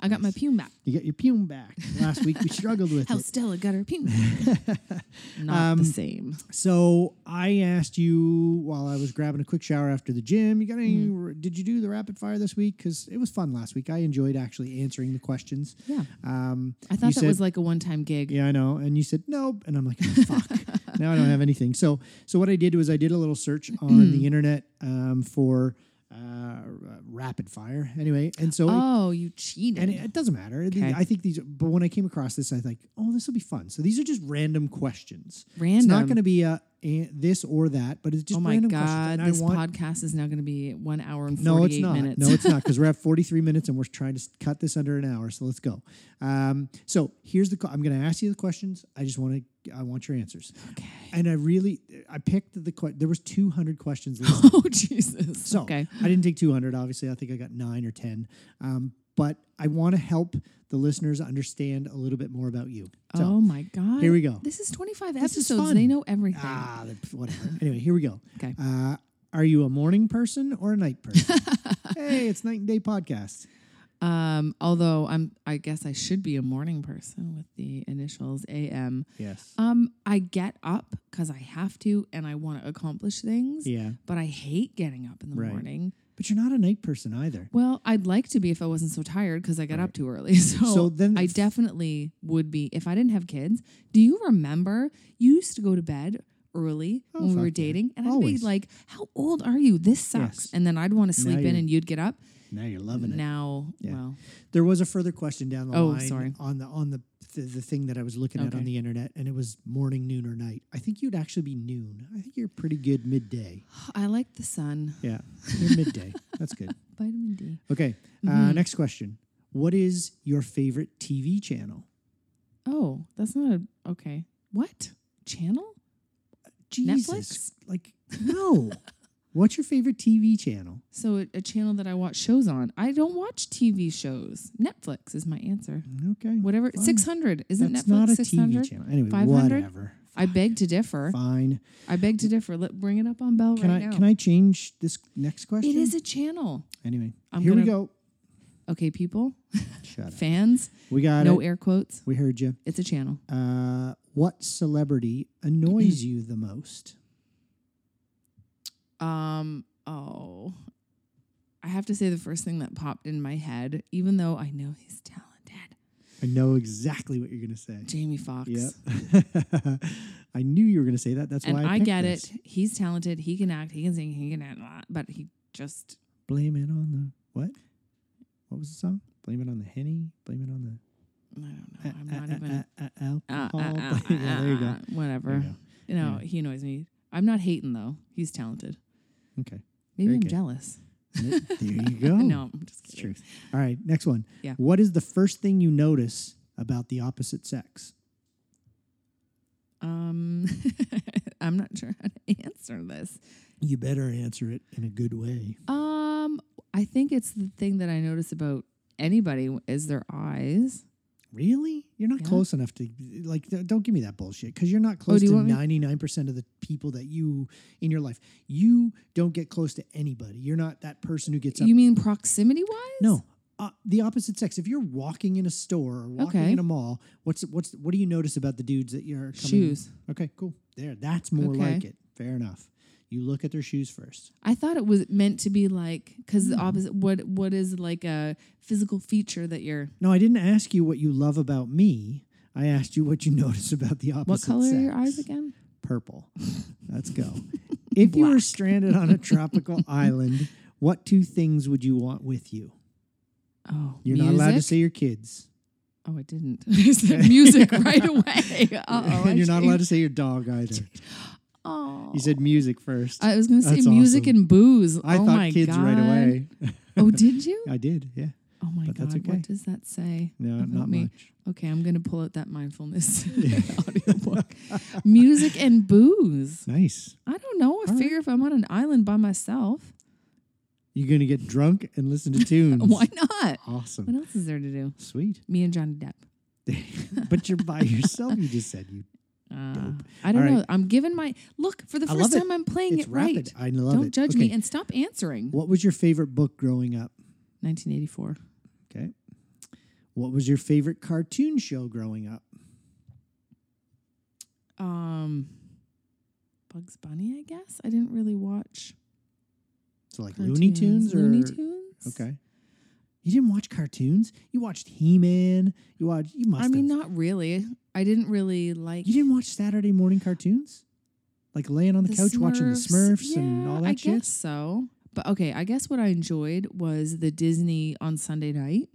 Speaker 3: I got my pume back.
Speaker 2: You got your pume back. Last week we struggled with
Speaker 3: How
Speaker 2: it.
Speaker 3: Stella got her pume back. not
Speaker 2: Um,
Speaker 3: the same.
Speaker 2: So I asked you while I was grabbing a quick shower after the gym. You got any? Did you do the rapid fire this week? Because it was fun last week. I enjoyed actually answering the questions.
Speaker 3: Yeah,
Speaker 2: Um,
Speaker 3: I
Speaker 2: you
Speaker 3: thought that
Speaker 2: said-
Speaker 3: was like a one-time gig.
Speaker 2: Yeah, I know. And you said nope, and I'm like, "Oh, fuck. now I don't have anything. So, so what I did was I did a little search on the internet um, for uh, rapid fire. Anyway, and so it-
Speaker 3: oh, you cheated.
Speaker 2: and it, it doesn't matter. The-
Speaker 3: Okay.
Speaker 2: I think these. But when I came across this, I was like, oh, this will be fun. So these are just random questions.
Speaker 3: Random.
Speaker 2: It's not going to be a, eh, this or that, but it's just
Speaker 3: oh my
Speaker 2: random
Speaker 3: god,
Speaker 2: questions. And
Speaker 3: this
Speaker 2: I want
Speaker 3: podcast is now going to be one hour and forty-eight
Speaker 2: no, it's not.
Speaker 3: minutes.
Speaker 2: No, it's not because we're at 43 minutes and we're trying to s- cut this under an hour. So let's go. Um, so here's the. co- I'm going to ask you the questions. I just want to. I want your answers.
Speaker 3: okay.
Speaker 2: And I really, I picked the. que- There was 200 questions. listed.
Speaker 3: oh Jesus.
Speaker 2: So
Speaker 3: okay.
Speaker 2: I didn't take 200. Obviously, I think I got nine or 10. Um, but I want to help the listeners understand a little bit more about you. So
Speaker 3: oh my god.
Speaker 2: here we go.
Speaker 3: This is twenty-five
Speaker 2: This is
Speaker 3: episodes.
Speaker 2: fun.
Speaker 3: They know everything.
Speaker 2: ah, the- whatever. anyway, here we go.
Speaker 3: Oh, Okay.
Speaker 2: Uh, are you a morning person or a night person? hey, it's night and day podcast.
Speaker 3: Um, although I'm, I guess I should be a morning person with the initials AM.
Speaker 2: Yes.
Speaker 3: Um, I get up because I have to and I want to accomplish things.
Speaker 2: yeah.
Speaker 3: But I hate getting up in the
Speaker 2: Right.
Speaker 3: morning.
Speaker 2: But you're not a night person either.
Speaker 3: Well, I'd like to be if I wasn't so tired because I got up too early. So,
Speaker 2: So then-
Speaker 3: I definitely would be if I didn't have kids. Do you remember you used to go to bed early
Speaker 2: Oh,
Speaker 3: when we
Speaker 2: fuck
Speaker 3: were
Speaker 2: yeah.
Speaker 3: dating? And I'd
Speaker 2: Always.
Speaker 3: be like, How old are you? This sucks.
Speaker 2: Yes.
Speaker 3: And then I'd want to sleep in
Speaker 2: you're
Speaker 3: and you'd get up.
Speaker 2: Now you're loving it.
Speaker 3: Now,
Speaker 2: Yeah.
Speaker 3: well,
Speaker 2: There was a further question down the
Speaker 3: Oh,
Speaker 2: line
Speaker 3: sorry.
Speaker 2: on the on the, the the thing that I was looking at
Speaker 3: Okay.
Speaker 2: on the internet, and it was morning, noon, or night. I think you'd actually be noon. I think you're pretty good midday.
Speaker 3: I like the sun.
Speaker 2: Yeah, you're midday. That's good.
Speaker 3: Vitamin D.
Speaker 2: Okay.
Speaker 3: Mm-hmm.
Speaker 2: Uh, next question. What is your favorite TV channel?
Speaker 3: Oh, that's not a okay. What channel?
Speaker 2: Jesus, Like, no. What's your favorite TV channel?
Speaker 3: So a, a channel that I watch shows on. I don't watch TV shows. Netflix is my answer.
Speaker 2: Okay.
Speaker 3: Whatever.
Speaker 2: fine.
Speaker 3: Six hundred isn't
Speaker 2: That's
Speaker 3: Netflix
Speaker 2: not a
Speaker 3: six hundred?
Speaker 2: TV channel. Anyway,
Speaker 3: 500?
Speaker 2: whatever.
Speaker 3: I beg to differ.
Speaker 2: Fine.
Speaker 3: I beg to differ. Let bring it up on Bell
Speaker 2: Can
Speaker 3: right
Speaker 2: I
Speaker 3: now.
Speaker 2: can I change this next question?
Speaker 3: it is a channel.
Speaker 2: Anyway,
Speaker 3: I'm
Speaker 2: here we
Speaker 3: gonna-
Speaker 2: go.
Speaker 3: Okay, people,
Speaker 2: Shut up.
Speaker 3: fans,
Speaker 2: We got
Speaker 3: no
Speaker 2: it.
Speaker 3: air quotes.
Speaker 2: We heard you.
Speaker 3: It's a channel.
Speaker 2: Uh, what celebrity annoys you the most?
Speaker 3: Um. Oh, I have to say the first thing that popped in my head, even though I know he's talented,
Speaker 2: I know exactly what you're going to say.
Speaker 3: Jamie Foxx.
Speaker 2: Yep. I knew you were going to say that. That's
Speaker 3: and
Speaker 2: why I,
Speaker 3: I,
Speaker 2: picked
Speaker 3: get
Speaker 2: this.
Speaker 3: it. He's talented. He can act. He can sing. He can act. blah, But he just
Speaker 2: Blame it on the what? What was the song? Blame it on the henny. Blame it on
Speaker 3: I don't
Speaker 2: the
Speaker 3: know. I'm not even.
Speaker 2: uh,
Speaker 3: Uh,
Speaker 2: alcohol.
Speaker 3: uh, uh,
Speaker 2: Blame- yeah, there you go.
Speaker 3: uh, Whatever.
Speaker 2: There you go.
Speaker 3: You know, he annoys me. I'm not hating though. He's talented.
Speaker 2: Okay.
Speaker 3: Maybe
Speaker 2: Very
Speaker 3: I'm
Speaker 2: good.
Speaker 3: jealous.
Speaker 2: There you go.
Speaker 3: No, I'm
Speaker 2: Mm.
Speaker 3: just
Speaker 2: It's
Speaker 3: kidding.
Speaker 2: truth. All right. Next one.
Speaker 3: Yeah.
Speaker 2: What is the first thing you notice about the opposite sex?
Speaker 3: Um, I'm not sure how to answer this.
Speaker 2: You better answer it in a good way.
Speaker 3: Um, I think it's the thing that I notice about anybody w- is their eyes.
Speaker 2: Really? You're not
Speaker 3: Yeah. Oh,
Speaker 2: close enough to like. th- Don't give me that bullshit because you're not close
Speaker 3: do you
Speaker 2: to
Speaker 3: want me-
Speaker 2: 99 percent of the people that you in your life. You don't get close to anybody. You're not that person who gets up.
Speaker 3: You mean proximity wise?
Speaker 2: no, uh, the opposite sex. If you're walking in a store or walking
Speaker 3: Okay.
Speaker 2: in a mall, what's what's what do you notice about the dudes that you're coming?
Speaker 3: shoes.
Speaker 2: Okay, cool. There, that's more
Speaker 3: Okay.
Speaker 2: like it. Fair enough. You look at their shoes first.
Speaker 3: I thought it was meant to be like because
Speaker 2: Hmm.
Speaker 3: the opposite. What what is like a physical feature that you're?
Speaker 2: No, I didn't ask you what you love about me. I asked you what you notice about the opposite.
Speaker 3: What color are your
Speaker 2: sex.
Speaker 3: eyes again?
Speaker 2: purple. Let's go. if you were stranded on a tropical island, what two things would you want with you?
Speaker 3: Oh,
Speaker 2: You're not allowed to
Speaker 3: music?
Speaker 2: say your kids.
Speaker 3: Oh, I didn't. I said music right away. Uh-oh,
Speaker 2: and you're not allowed to say your dog either.
Speaker 3: Oh,
Speaker 2: You said music first. I,
Speaker 3: I was going to say
Speaker 2: That's
Speaker 3: music
Speaker 2: awesome.
Speaker 3: and booze. Uh, oh
Speaker 2: thought
Speaker 3: my
Speaker 2: kids
Speaker 3: God.
Speaker 2: right away.
Speaker 3: Oh, did you?
Speaker 2: I did, yeah.
Speaker 3: Oh my
Speaker 2: But
Speaker 3: god,
Speaker 2: that's okay.
Speaker 3: what does that say?
Speaker 2: No,
Speaker 3: about
Speaker 2: not
Speaker 3: me?
Speaker 2: much.
Speaker 3: Okay, I'm gonna pull out that mindfulness audiobook. Music and booze.
Speaker 2: Nice.
Speaker 3: I don't know. I
Speaker 2: right.
Speaker 3: figure if I'm on an island by myself,
Speaker 2: You're gonna get drunk and listen to tunes.
Speaker 3: why not? What
Speaker 2: Awesome.
Speaker 3: else is there to do?
Speaker 2: Sweet.
Speaker 3: Me and Johnny Depp.
Speaker 2: but you're by yourself, you just said you
Speaker 3: Uh, I don't
Speaker 2: All right.
Speaker 3: know. I'm giving my look for the
Speaker 2: I
Speaker 3: first
Speaker 2: love it.
Speaker 3: time. I'm playing
Speaker 2: it's
Speaker 3: it
Speaker 2: rapid.
Speaker 3: right.
Speaker 2: I love
Speaker 3: Don't
Speaker 2: it.
Speaker 3: judge
Speaker 2: Okay.
Speaker 3: me and stop answering.
Speaker 2: What was your favorite book growing up?
Speaker 3: 1984.
Speaker 2: Okay. What was your favorite cartoon show growing up?
Speaker 3: Um, Bugs Bunny. I guess I didn't really watch
Speaker 2: So like Looney
Speaker 3: cartoons.
Speaker 2: Tunes or
Speaker 3: Looney Tunes.
Speaker 2: Okay. You didn't watch cartoons. You watched He Man. You watched. You must.
Speaker 3: I mean,
Speaker 2: have.
Speaker 3: not really. I didn't really like.
Speaker 2: You didn't watch Saturday morning cartoons, like laying on the, couch watching the Smurfs
Speaker 3: yeah,
Speaker 2: and all that
Speaker 3: I
Speaker 2: shit.
Speaker 3: guess so. But okay, I guess what I enjoyed was the Disney on Sunday night,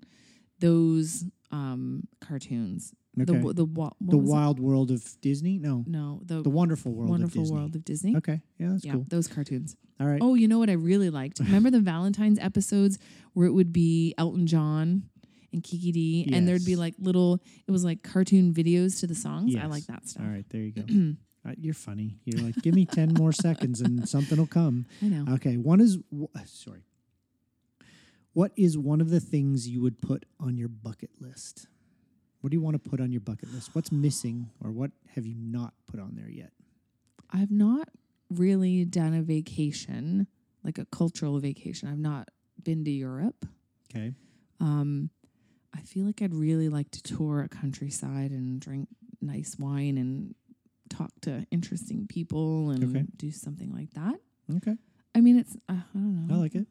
Speaker 3: those um cartoons. The
Speaker 2: Okay.
Speaker 3: wa- the wa- what
Speaker 2: the
Speaker 3: was it?
Speaker 2: Wild World of Disney? No,
Speaker 3: No, the,
Speaker 2: the Wonderful World
Speaker 3: Wonderful
Speaker 2: of Disney.
Speaker 3: World of Disney.
Speaker 2: Okay, yeah, that's
Speaker 3: yeah,
Speaker 2: cool.
Speaker 3: those cartoons.
Speaker 2: All right.
Speaker 3: Oh, you know what I really liked? Remember the Valentine's episodes where it would be Elton John and Kiki D, and there'd be
Speaker 2: Yes.
Speaker 3: like little, it was like cartoon videos to the songs. I
Speaker 2: Yes.
Speaker 3: like that stuff.
Speaker 2: All right, there you go. Uh, You're funny. You're like, give me 10 more seconds and something will come.
Speaker 3: I know.
Speaker 2: Okay, one is, wh- sorry. What is one of the things you would put on your bucket list? What do you want to put on your bucket list? What's missing or what have you not put on there yet?
Speaker 3: I've not really done a vacation, like a cultural vacation. I've not been to Europe.
Speaker 2: Okay.
Speaker 3: Um, I feel like I'd really like to tour a countryside and drink nice wine and talk to interesting people and
Speaker 2: Okay.
Speaker 3: do something like that.
Speaker 2: Okay.
Speaker 3: I mean, it's uh, I don't know.
Speaker 2: I like it.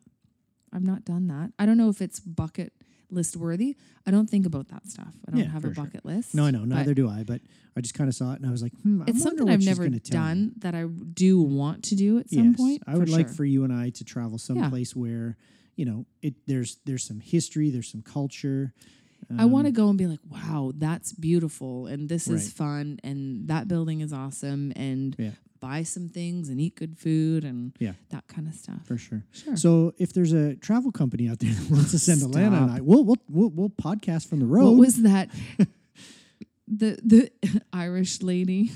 Speaker 3: I've not done that. I don't know if it's bucket list worthy. I don't think about that stuff. I don't
Speaker 2: Yeah,
Speaker 3: have a
Speaker 2: for sure.
Speaker 3: bucket list.
Speaker 2: No, I know.
Speaker 3: but
Speaker 2: Neither do I, but I just kind of saw it and I was like, hmm, I
Speaker 3: It's
Speaker 2: wonder
Speaker 3: something
Speaker 2: what
Speaker 3: I've
Speaker 2: she's
Speaker 3: never
Speaker 2: gonna tell me.
Speaker 3: done that I do want to do at some point.
Speaker 2: I would like
Speaker 3: sure.
Speaker 2: for you and I to travel someplace where you know it. There's there's some history, there's some culture. um,
Speaker 3: I want to go and be like, wow, that's beautiful, and this is
Speaker 2: Mm-hmm. Right.
Speaker 3: fun, and that building is awesome, and
Speaker 2: Yeah.
Speaker 3: buy some things and eat good food and
Speaker 2: Yeah.
Speaker 3: that kind of stuff.
Speaker 2: for sure.
Speaker 3: Sure.
Speaker 2: So if there's a travel company out there that wants to send Alana and
Speaker 3: Stop.
Speaker 2: I, we'll we'll we'll, we'll podcast from the road.
Speaker 3: What was that? the the Irish lady,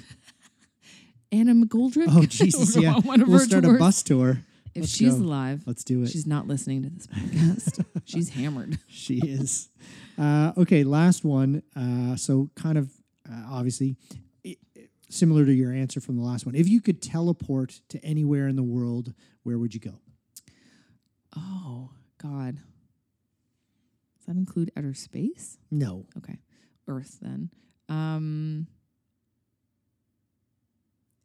Speaker 3: Anna McGoldrick.
Speaker 2: oh Jesus, yeah,
Speaker 3: One of
Speaker 2: we'll
Speaker 3: her
Speaker 2: start
Speaker 3: tours.
Speaker 2: a bus tour.
Speaker 3: If
Speaker 2: Let's
Speaker 3: she's
Speaker 2: go.
Speaker 3: alive,
Speaker 2: Let's do it.
Speaker 3: she's not listening to this podcast. she's hammered.
Speaker 2: she is. Uh, okay, last one. Uh, so kind of uh, obviously i- i- similar to your answer from the last one. If you could teleport to anywhere in the world, where would you go?
Speaker 3: Oh God. Does that include outer space?
Speaker 2: No.
Speaker 3: Okay. Earth then. Um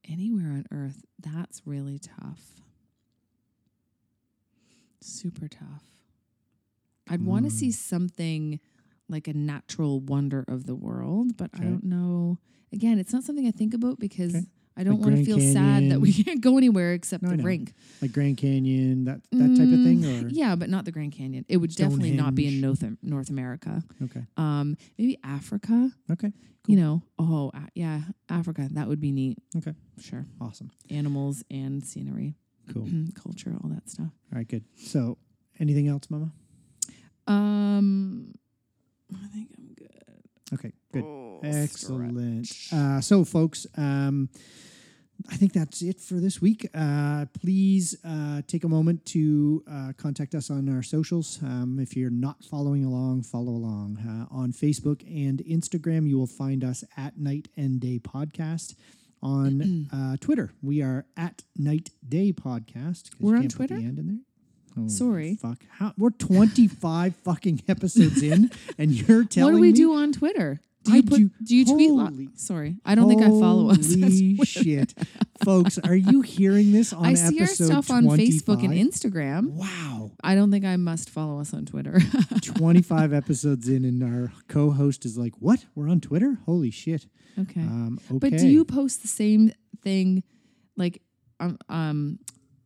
Speaker 3: anywhere on earth, that's really tough. Super tough. I'd want to
Speaker 2: Mm.
Speaker 3: see something like a natural wonder of the world, but I
Speaker 2: Okay.
Speaker 3: don't know. Again, it's not something I think about because
Speaker 2: Okay.
Speaker 3: I don't
Speaker 2: Like
Speaker 3: want to
Speaker 2: Grand
Speaker 3: feel sad that we can't go anywhere except
Speaker 2: No, I
Speaker 3: the
Speaker 2: know.
Speaker 3: rink.
Speaker 2: like Grand Canyon, that that type of thing,
Speaker 3: Mm,
Speaker 2: or
Speaker 3: Yeah, but not the Grand Canyon. It would definitely not be in North North America.
Speaker 2: okay,
Speaker 3: Um, maybe Africa
Speaker 2: okay,
Speaker 3: you know, oh a- yeah, Africa. That would be neat.
Speaker 2: Okay.
Speaker 3: sure.
Speaker 2: awesome,
Speaker 3: Animals and scenery,
Speaker 2: cool. All
Speaker 3: culture, all that stuff.
Speaker 2: right, good. So, anything else, Mama?
Speaker 3: Um, I think I'm good.
Speaker 2: Okay, good,
Speaker 1: Oh,
Speaker 2: excellent. Uh, so, folks, um, I think that's it for this week. Uh, please uh, take a moment to uh, contact us on our socials. Um, if you're not following along, follow along uh, on Facebook and Instagram. You will find us at Night and Day Podcast. On uh, Twitter, we are at Night Day Podcast. 'cause you
Speaker 3: We're on
Speaker 2: can't put the
Speaker 3: Twitter?
Speaker 2: and in there. Oh,
Speaker 3: Sorry.
Speaker 2: Fuck. How, we're 25 fucking episodes in, and you're telling
Speaker 3: what do
Speaker 2: me.
Speaker 3: we do on Twitter? Do
Speaker 2: I
Speaker 3: you put?
Speaker 2: do-
Speaker 3: Do, you tweet? Lo-
Speaker 2: holy-
Speaker 3: Sorry, I don't think I follow us. on
Speaker 2: Holy
Speaker 3: Twitter.
Speaker 2: shit, folks! Are you hearing this on
Speaker 3: I see our
Speaker 2: episode
Speaker 3: stuff on Facebook and
Speaker 2: 25?
Speaker 3: Instagram.
Speaker 2: Wow,
Speaker 3: I don't think I must follow us on Twitter.
Speaker 2: 25 episodes in, and our co-host is like, "What? We're on Twitter? Holy shit!"
Speaker 3: okay.
Speaker 2: Um, okay,
Speaker 3: But do you post the same thing like um um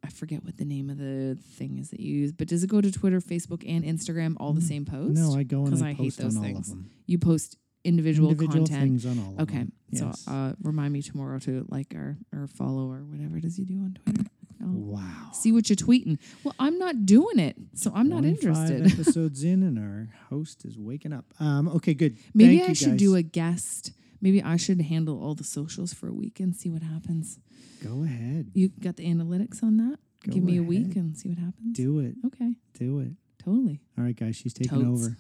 Speaker 3: I forget what the name of the thing is that you use, but does it go to Twitter, Facebook, and Instagram all the same post?
Speaker 2: Mm-hmm. No, I go and
Speaker 3: 'Cause
Speaker 2: I,
Speaker 3: I hate
Speaker 2: post on
Speaker 3: those
Speaker 2: all
Speaker 3: things.
Speaker 2: of them.
Speaker 3: You post individual,
Speaker 2: Individual
Speaker 3: content.
Speaker 2: things on all. of
Speaker 3: Okay.
Speaker 2: them. Yes.
Speaker 3: So uh remind me tomorrow to like or or follow or whatever it is you do on Twitter. I'll
Speaker 2: wow.
Speaker 3: See what you're tweeting. Well, I'm not doing it, so I'm not
Speaker 2: 25
Speaker 3: interested.
Speaker 2: episodes in, and our host is waking up. Um, okay, good.
Speaker 3: Maybe
Speaker 2: Thank
Speaker 3: I
Speaker 2: you
Speaker 3: should
Speaker 2: guys.
Speaker 3: do a guest. Maybe I should handle all the socials for a week and see what happens.
Speaker 2: Go ahead,
Speaker 3: You got the analytics on that?
Speaker 2: Go
Speaker 3: Give me a
Speaker 2: ahead.
Speaker 3: week and see what happens.
Speaker 2: do it,
Speaker 3: okay,
Speaker 2: do it.
Speaker 3: totally.
Speaker 2: All right, guys, she's taking
Speaker 3: Totes.
Speaker 2: over.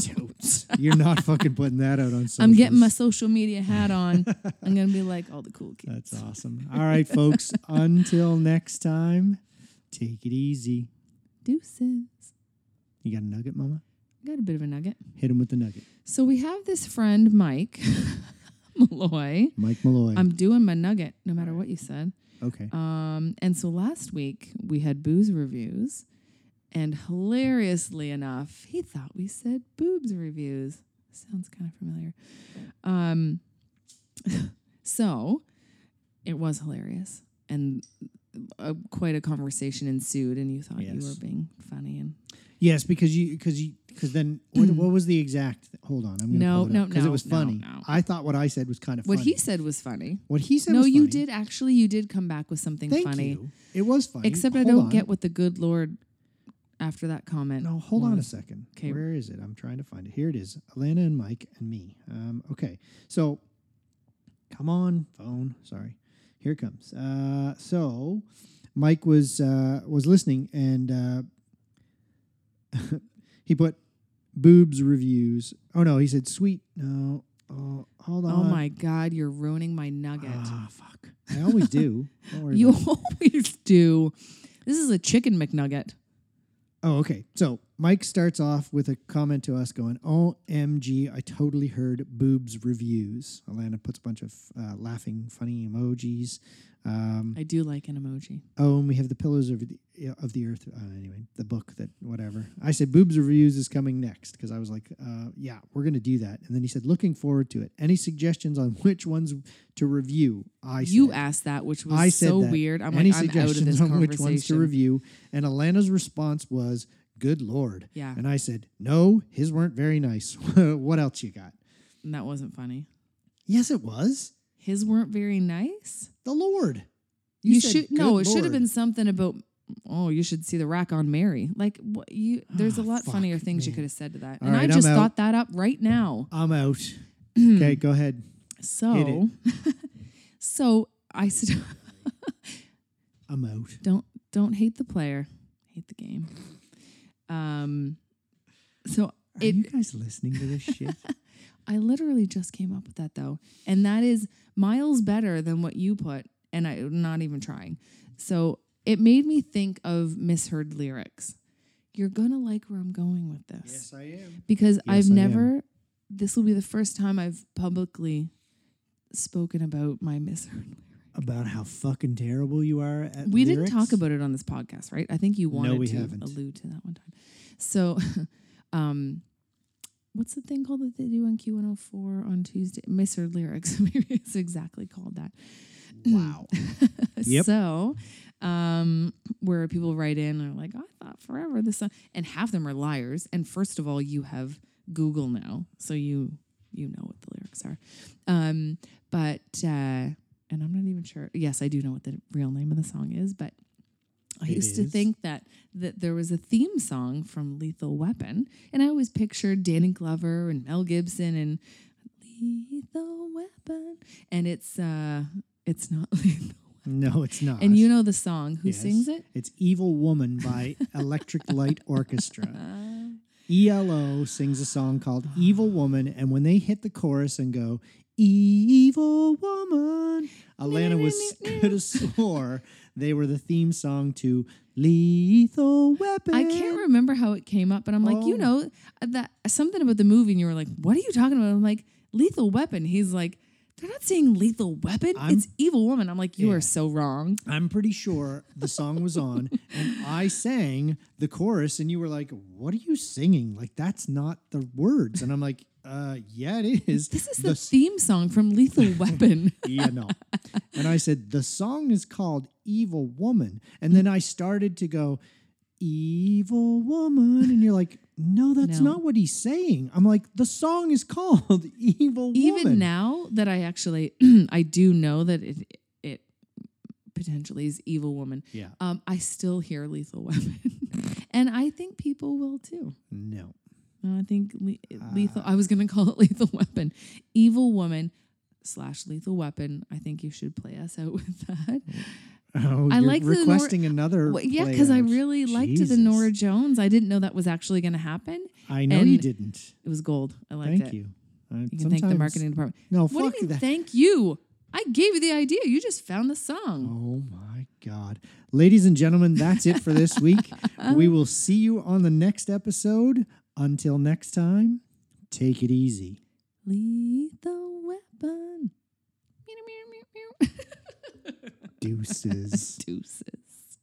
Speaker 3: Totes.
Speaker 2: You're not fucking putting that out on. Socials.
Speaker 3: I'm getting my social media hat on. I'm gonna be like all the cool kids.
Speaker 2: That's awesome. All right, folks. Until next time, take it easy.
Speaker 3: Deuces.
Speaker 2: You got a nugget, Mama?
Speaker 3: Got a bit of a nugget.
Speaker 2: Hit him with the nugget,
Speaker 3: So we have this friend Mike Malloy.
Speaker 2: Mike Malloy.
Speaker 3: I'm doing my nugget no matter what you said.
Speaker 2: okay.
Speaker 3: Um, and so last week we had booze reviews, and hilariously enough, he thought we said boobs reviews. Sounds kind of familiar. Um, so it was hilarious, and a, quite a conversation ensued, and you thought you
Speaker 2: Yes.
Speaker 3: were being funny and
Speaker 2: Yes, because you because you because then what, what was the exact? Hold on, I'm gonna
Speaker 3: No,
Speaker 2: pull it
Speaker 3: no,
Speaker 2: because it
Speaker 3: no,
Speaker 2: was
Speaker 3: no,
Speaker 2: funny.
Speaker 3: no.
Speaker 2: I thought what I said was kind of
Speaker 3: what
Speaker 2: funny.
Speaker 3: he said was funny.
Speaker 2: what he said.
Speaker 3: no,
Speaker 2: was
Speaker 3: you
Speaker 2: funny.
Speaker 3: did actually. You did come back with something
Speaker 2: Thank
Speaker 3: funny.
Speaker 2: you. It was funny.
Speaker 3: Except I
Speaker 2: Hold
Speaker 3: don't
Speaker 2: on.
Speaker 3: get what the good Lord after that comment.
Speaker 2: No, hold on a
Speaker 3: was.
Speaker 2: second.
Speaker 3: 'Kay.
Speaker 2: Where is it? I'm trying to find it. Here it is. Alana and Mike and me. Um, okay, so come on, phone. Sorry, here it comes. Uh, so Mike was uh, was listening and uh, he put boobs reviews. Oh no, he said sweet. No, oh hold on.
Speaker 3: Oh my God, you're ruining my nugget.
Speaker 2: Ah, fuck. I always do. Don't worry.
Speaker 3: you
Speaker 2: about it.
Speaker 3: always do. This is a chicken McNugget.
Speaker 2: Oh, okay. So Mike starts off with a comment to us going, OMG, I totally heard boobs reviews. Alana puts a bunch of uh, laughing, funny emojis. Um,
Speaker 3: I do like an emoji.
Speaker 2: oh, and we have the Pillars of the, of the Earth. Uh, anyway, the book that, whatever. I said, boobs reviews is coming next because I was like, uh, yeah, we're going to do that. And then he said, looking forward to it. Any suggestions on which ones to review? I said,
Speaker 3: You asked that, which was
Speaker 2: I said
Speaker 3: so
Speaker 2: that.
Speaker 3: weird. I'm
Speaker 2: Any
Speaker 3: like, I'm out of
Speaker 2: suggestions
Speaker 3: this
Speaker 2: on
Speaker 3: conversation.
Speaker 2: which ones to review? And Alana's response was, "Good lord."
Speaker 3: Yeah.
Speaker 2: And I said, "No, his weren't very nice. what else you got?"
Speaker 3: And that wasn't funny.
Speaker 2: Yes, it was
Speaker 3: His weren't very nice.
Speaker 2: the Lord.
Speaker 3: You,
Speaker 2: said,
Speaker 3: should no.
Speaker 2: "Good
Speaker 3: It should have
Speaker 2: lord."
Speaker 3: been something about. Oh, you should see the rack on Mary. Like what you, there's a
Speaker 2: Ah,
Speaker 3: lot
Speaker 2: fuck,
Speaker 3: funnier things you
Speaker 2: man.
Speaker 3: could have said to that.
Speaker 2: All
Speaker 3: and
Speaker 2: right,
Speaker 3: I
Speaker 2: I'm
Speaker 3: just
Speaker 2: out.
Speaker 3: thought that up right now.
Speaker 2: I'm out. okay, go ahead.
Speaker 3: So, so I said,
Speaker 2: I'm out.
Speaker 3: don't don't hate the player, hate the game. Um, so
Speaker 2: Are
Speaker 3: it
Speaker 2: you guys listening to this shit?
Speaker 3: I literally just came up with that though, and that is miles better than what you put, and I'm not even trying. So it made me think of misheard lyrics. You're gonna like where I'm going with this
Speaker 2: I am.
Speaker 3: because
Speaker 2: Yes,
Speaker 3: I've
Speaker 2: I am.
Speaker 3: never. This will be the first time I've publicly spoken about my misheard.
Speaker 2: About how fucking terrible you are at
Speaker 3: We
Speaker 2: lyrics?
Speaker 3: didn't talk about it on this podcast, right? I think you
Speaker 2: No,
Speaker 3: wanted
Speaker 2: we
Speaker 3: to
Speaker 2: haven't.
Speaker 3: allude to that one time. So, um, what's the thing called that they do on Q104 on Tuesday? Misheard lyrics. Maybe it's exactly called that.
Speaker 2: Wow. Yep.
Speaker 3: So, um, where people write in and are like, "Oh, I thought forever this, song," and half of them are liars. And first of all, you have Google now, so you you know what the lyrics are. Um, but uh, and I'm not even sure. Yes, I do know what the real name of the song is, but I
Speaker 2: It
Speaker 3: used to
Speaker 2: is.
Speaker 3: think that that there was a theme song from Lethal Weapon, and I always pictured Danny Glover and Mel Gibson and Lethal Weapon, and it's uh, it's not Lethal.
Speaker 2: No, it's not.
Speaker 3: And you know the song. Who
Speaker 2: Yes.
Speaker 3: sings it?
Speaker 2: It's Evil Woman by Electric Light Orchestra. ELO E sings a song called Evil Woman, and when they hit the chorus and go, Evil Woman, Alana was could have swore they were the theme song to Lethal Weapon.
Speaker 3: I can't remember how it came up, but I'm like,
Speaker 2: Oh.
Speaker 3: you know, uh, that something about the movie, and you were like, what are you talking about? I'm like, Lethal Weapon. He's like, they're not saying Lethal Weapon.
Speaker 2: I'm-
Speaker 3: it's Evil Woman. I'm like, you
Speaker 2: Yeah.
Speaker 3: are so wrong.
Speaker 2: I'm pretty sure the song was on, and I sang the chorus, and you were like, "What are you singing? Like that's not the words." And I'm like, "Uh, yeah, it is.
Speaker 3: This is the,
Speaker 2: the
Speaker 3: theme song from Lethal Weapon.
Speaker 2: yeah, no. E And I said, the song is called Evil Woman. And then I started to go, Evil Woman. And you're like, no, that's
Speaker 3: No.
Speaker 2: not what he's saying. I'm like, the song is called Evil
Speaker 3: Even
Speaker 2: Woman.
Speaker 3: now that I actually, I do know that it it potentially is Evil Woman.
Speaker 2: Yeah.
Speaker 3: Um, I still hear Lethal Weapon, and I think people will too.
Speaker 2: No.
Speaker 3: No, Uh, I think le-
Speaker 2: Ah.
Speaker 3: lethal. I was gonna call it Lethal Weapon, Evil Woman slash Lethal Weapon. I think you should play us out with that.
Speaker 2: Oh,
Speaker 3: I
Speaker 2: you're
Speaker 3: like the Nora-
Speaker 2: requesting another.
Speaker 3: Well, yeah, because I
Speaker 2: playout.
Speaker 3: really liked the
Speaker 2: Jesus.
Speaker 3: Nora Jones. I didn't know that was actually gonna happen.
Speaker 2: I know you
Speaker 3: and-
Speaker 2: didn't.
Speaker 3: It was gold. I liked
Speaker 2: Thank
Speaker 3: it.
Speaker 2: you. I-
Speaker 3: You can thank the
Speaker 2: sometimes-
Speaker 3: marketing department.
Speaker 2: No,
Speaker 3: What
Speaker 2: fuck
Speaker 3: do you mean?
Speaker 2: that.
Speaker 3: Thank you. I gave you the idea. You just found the song.
Speaker 2: Oh my God. Ladies and gentlemen, that's it for this week. we will see you on the next episode. Until next time, take it easy.
Speaker 3: Lethal Weapon. Meow, meow, meow, meow.
Speaker 2: Deuces.
Speaker 3: Deuces.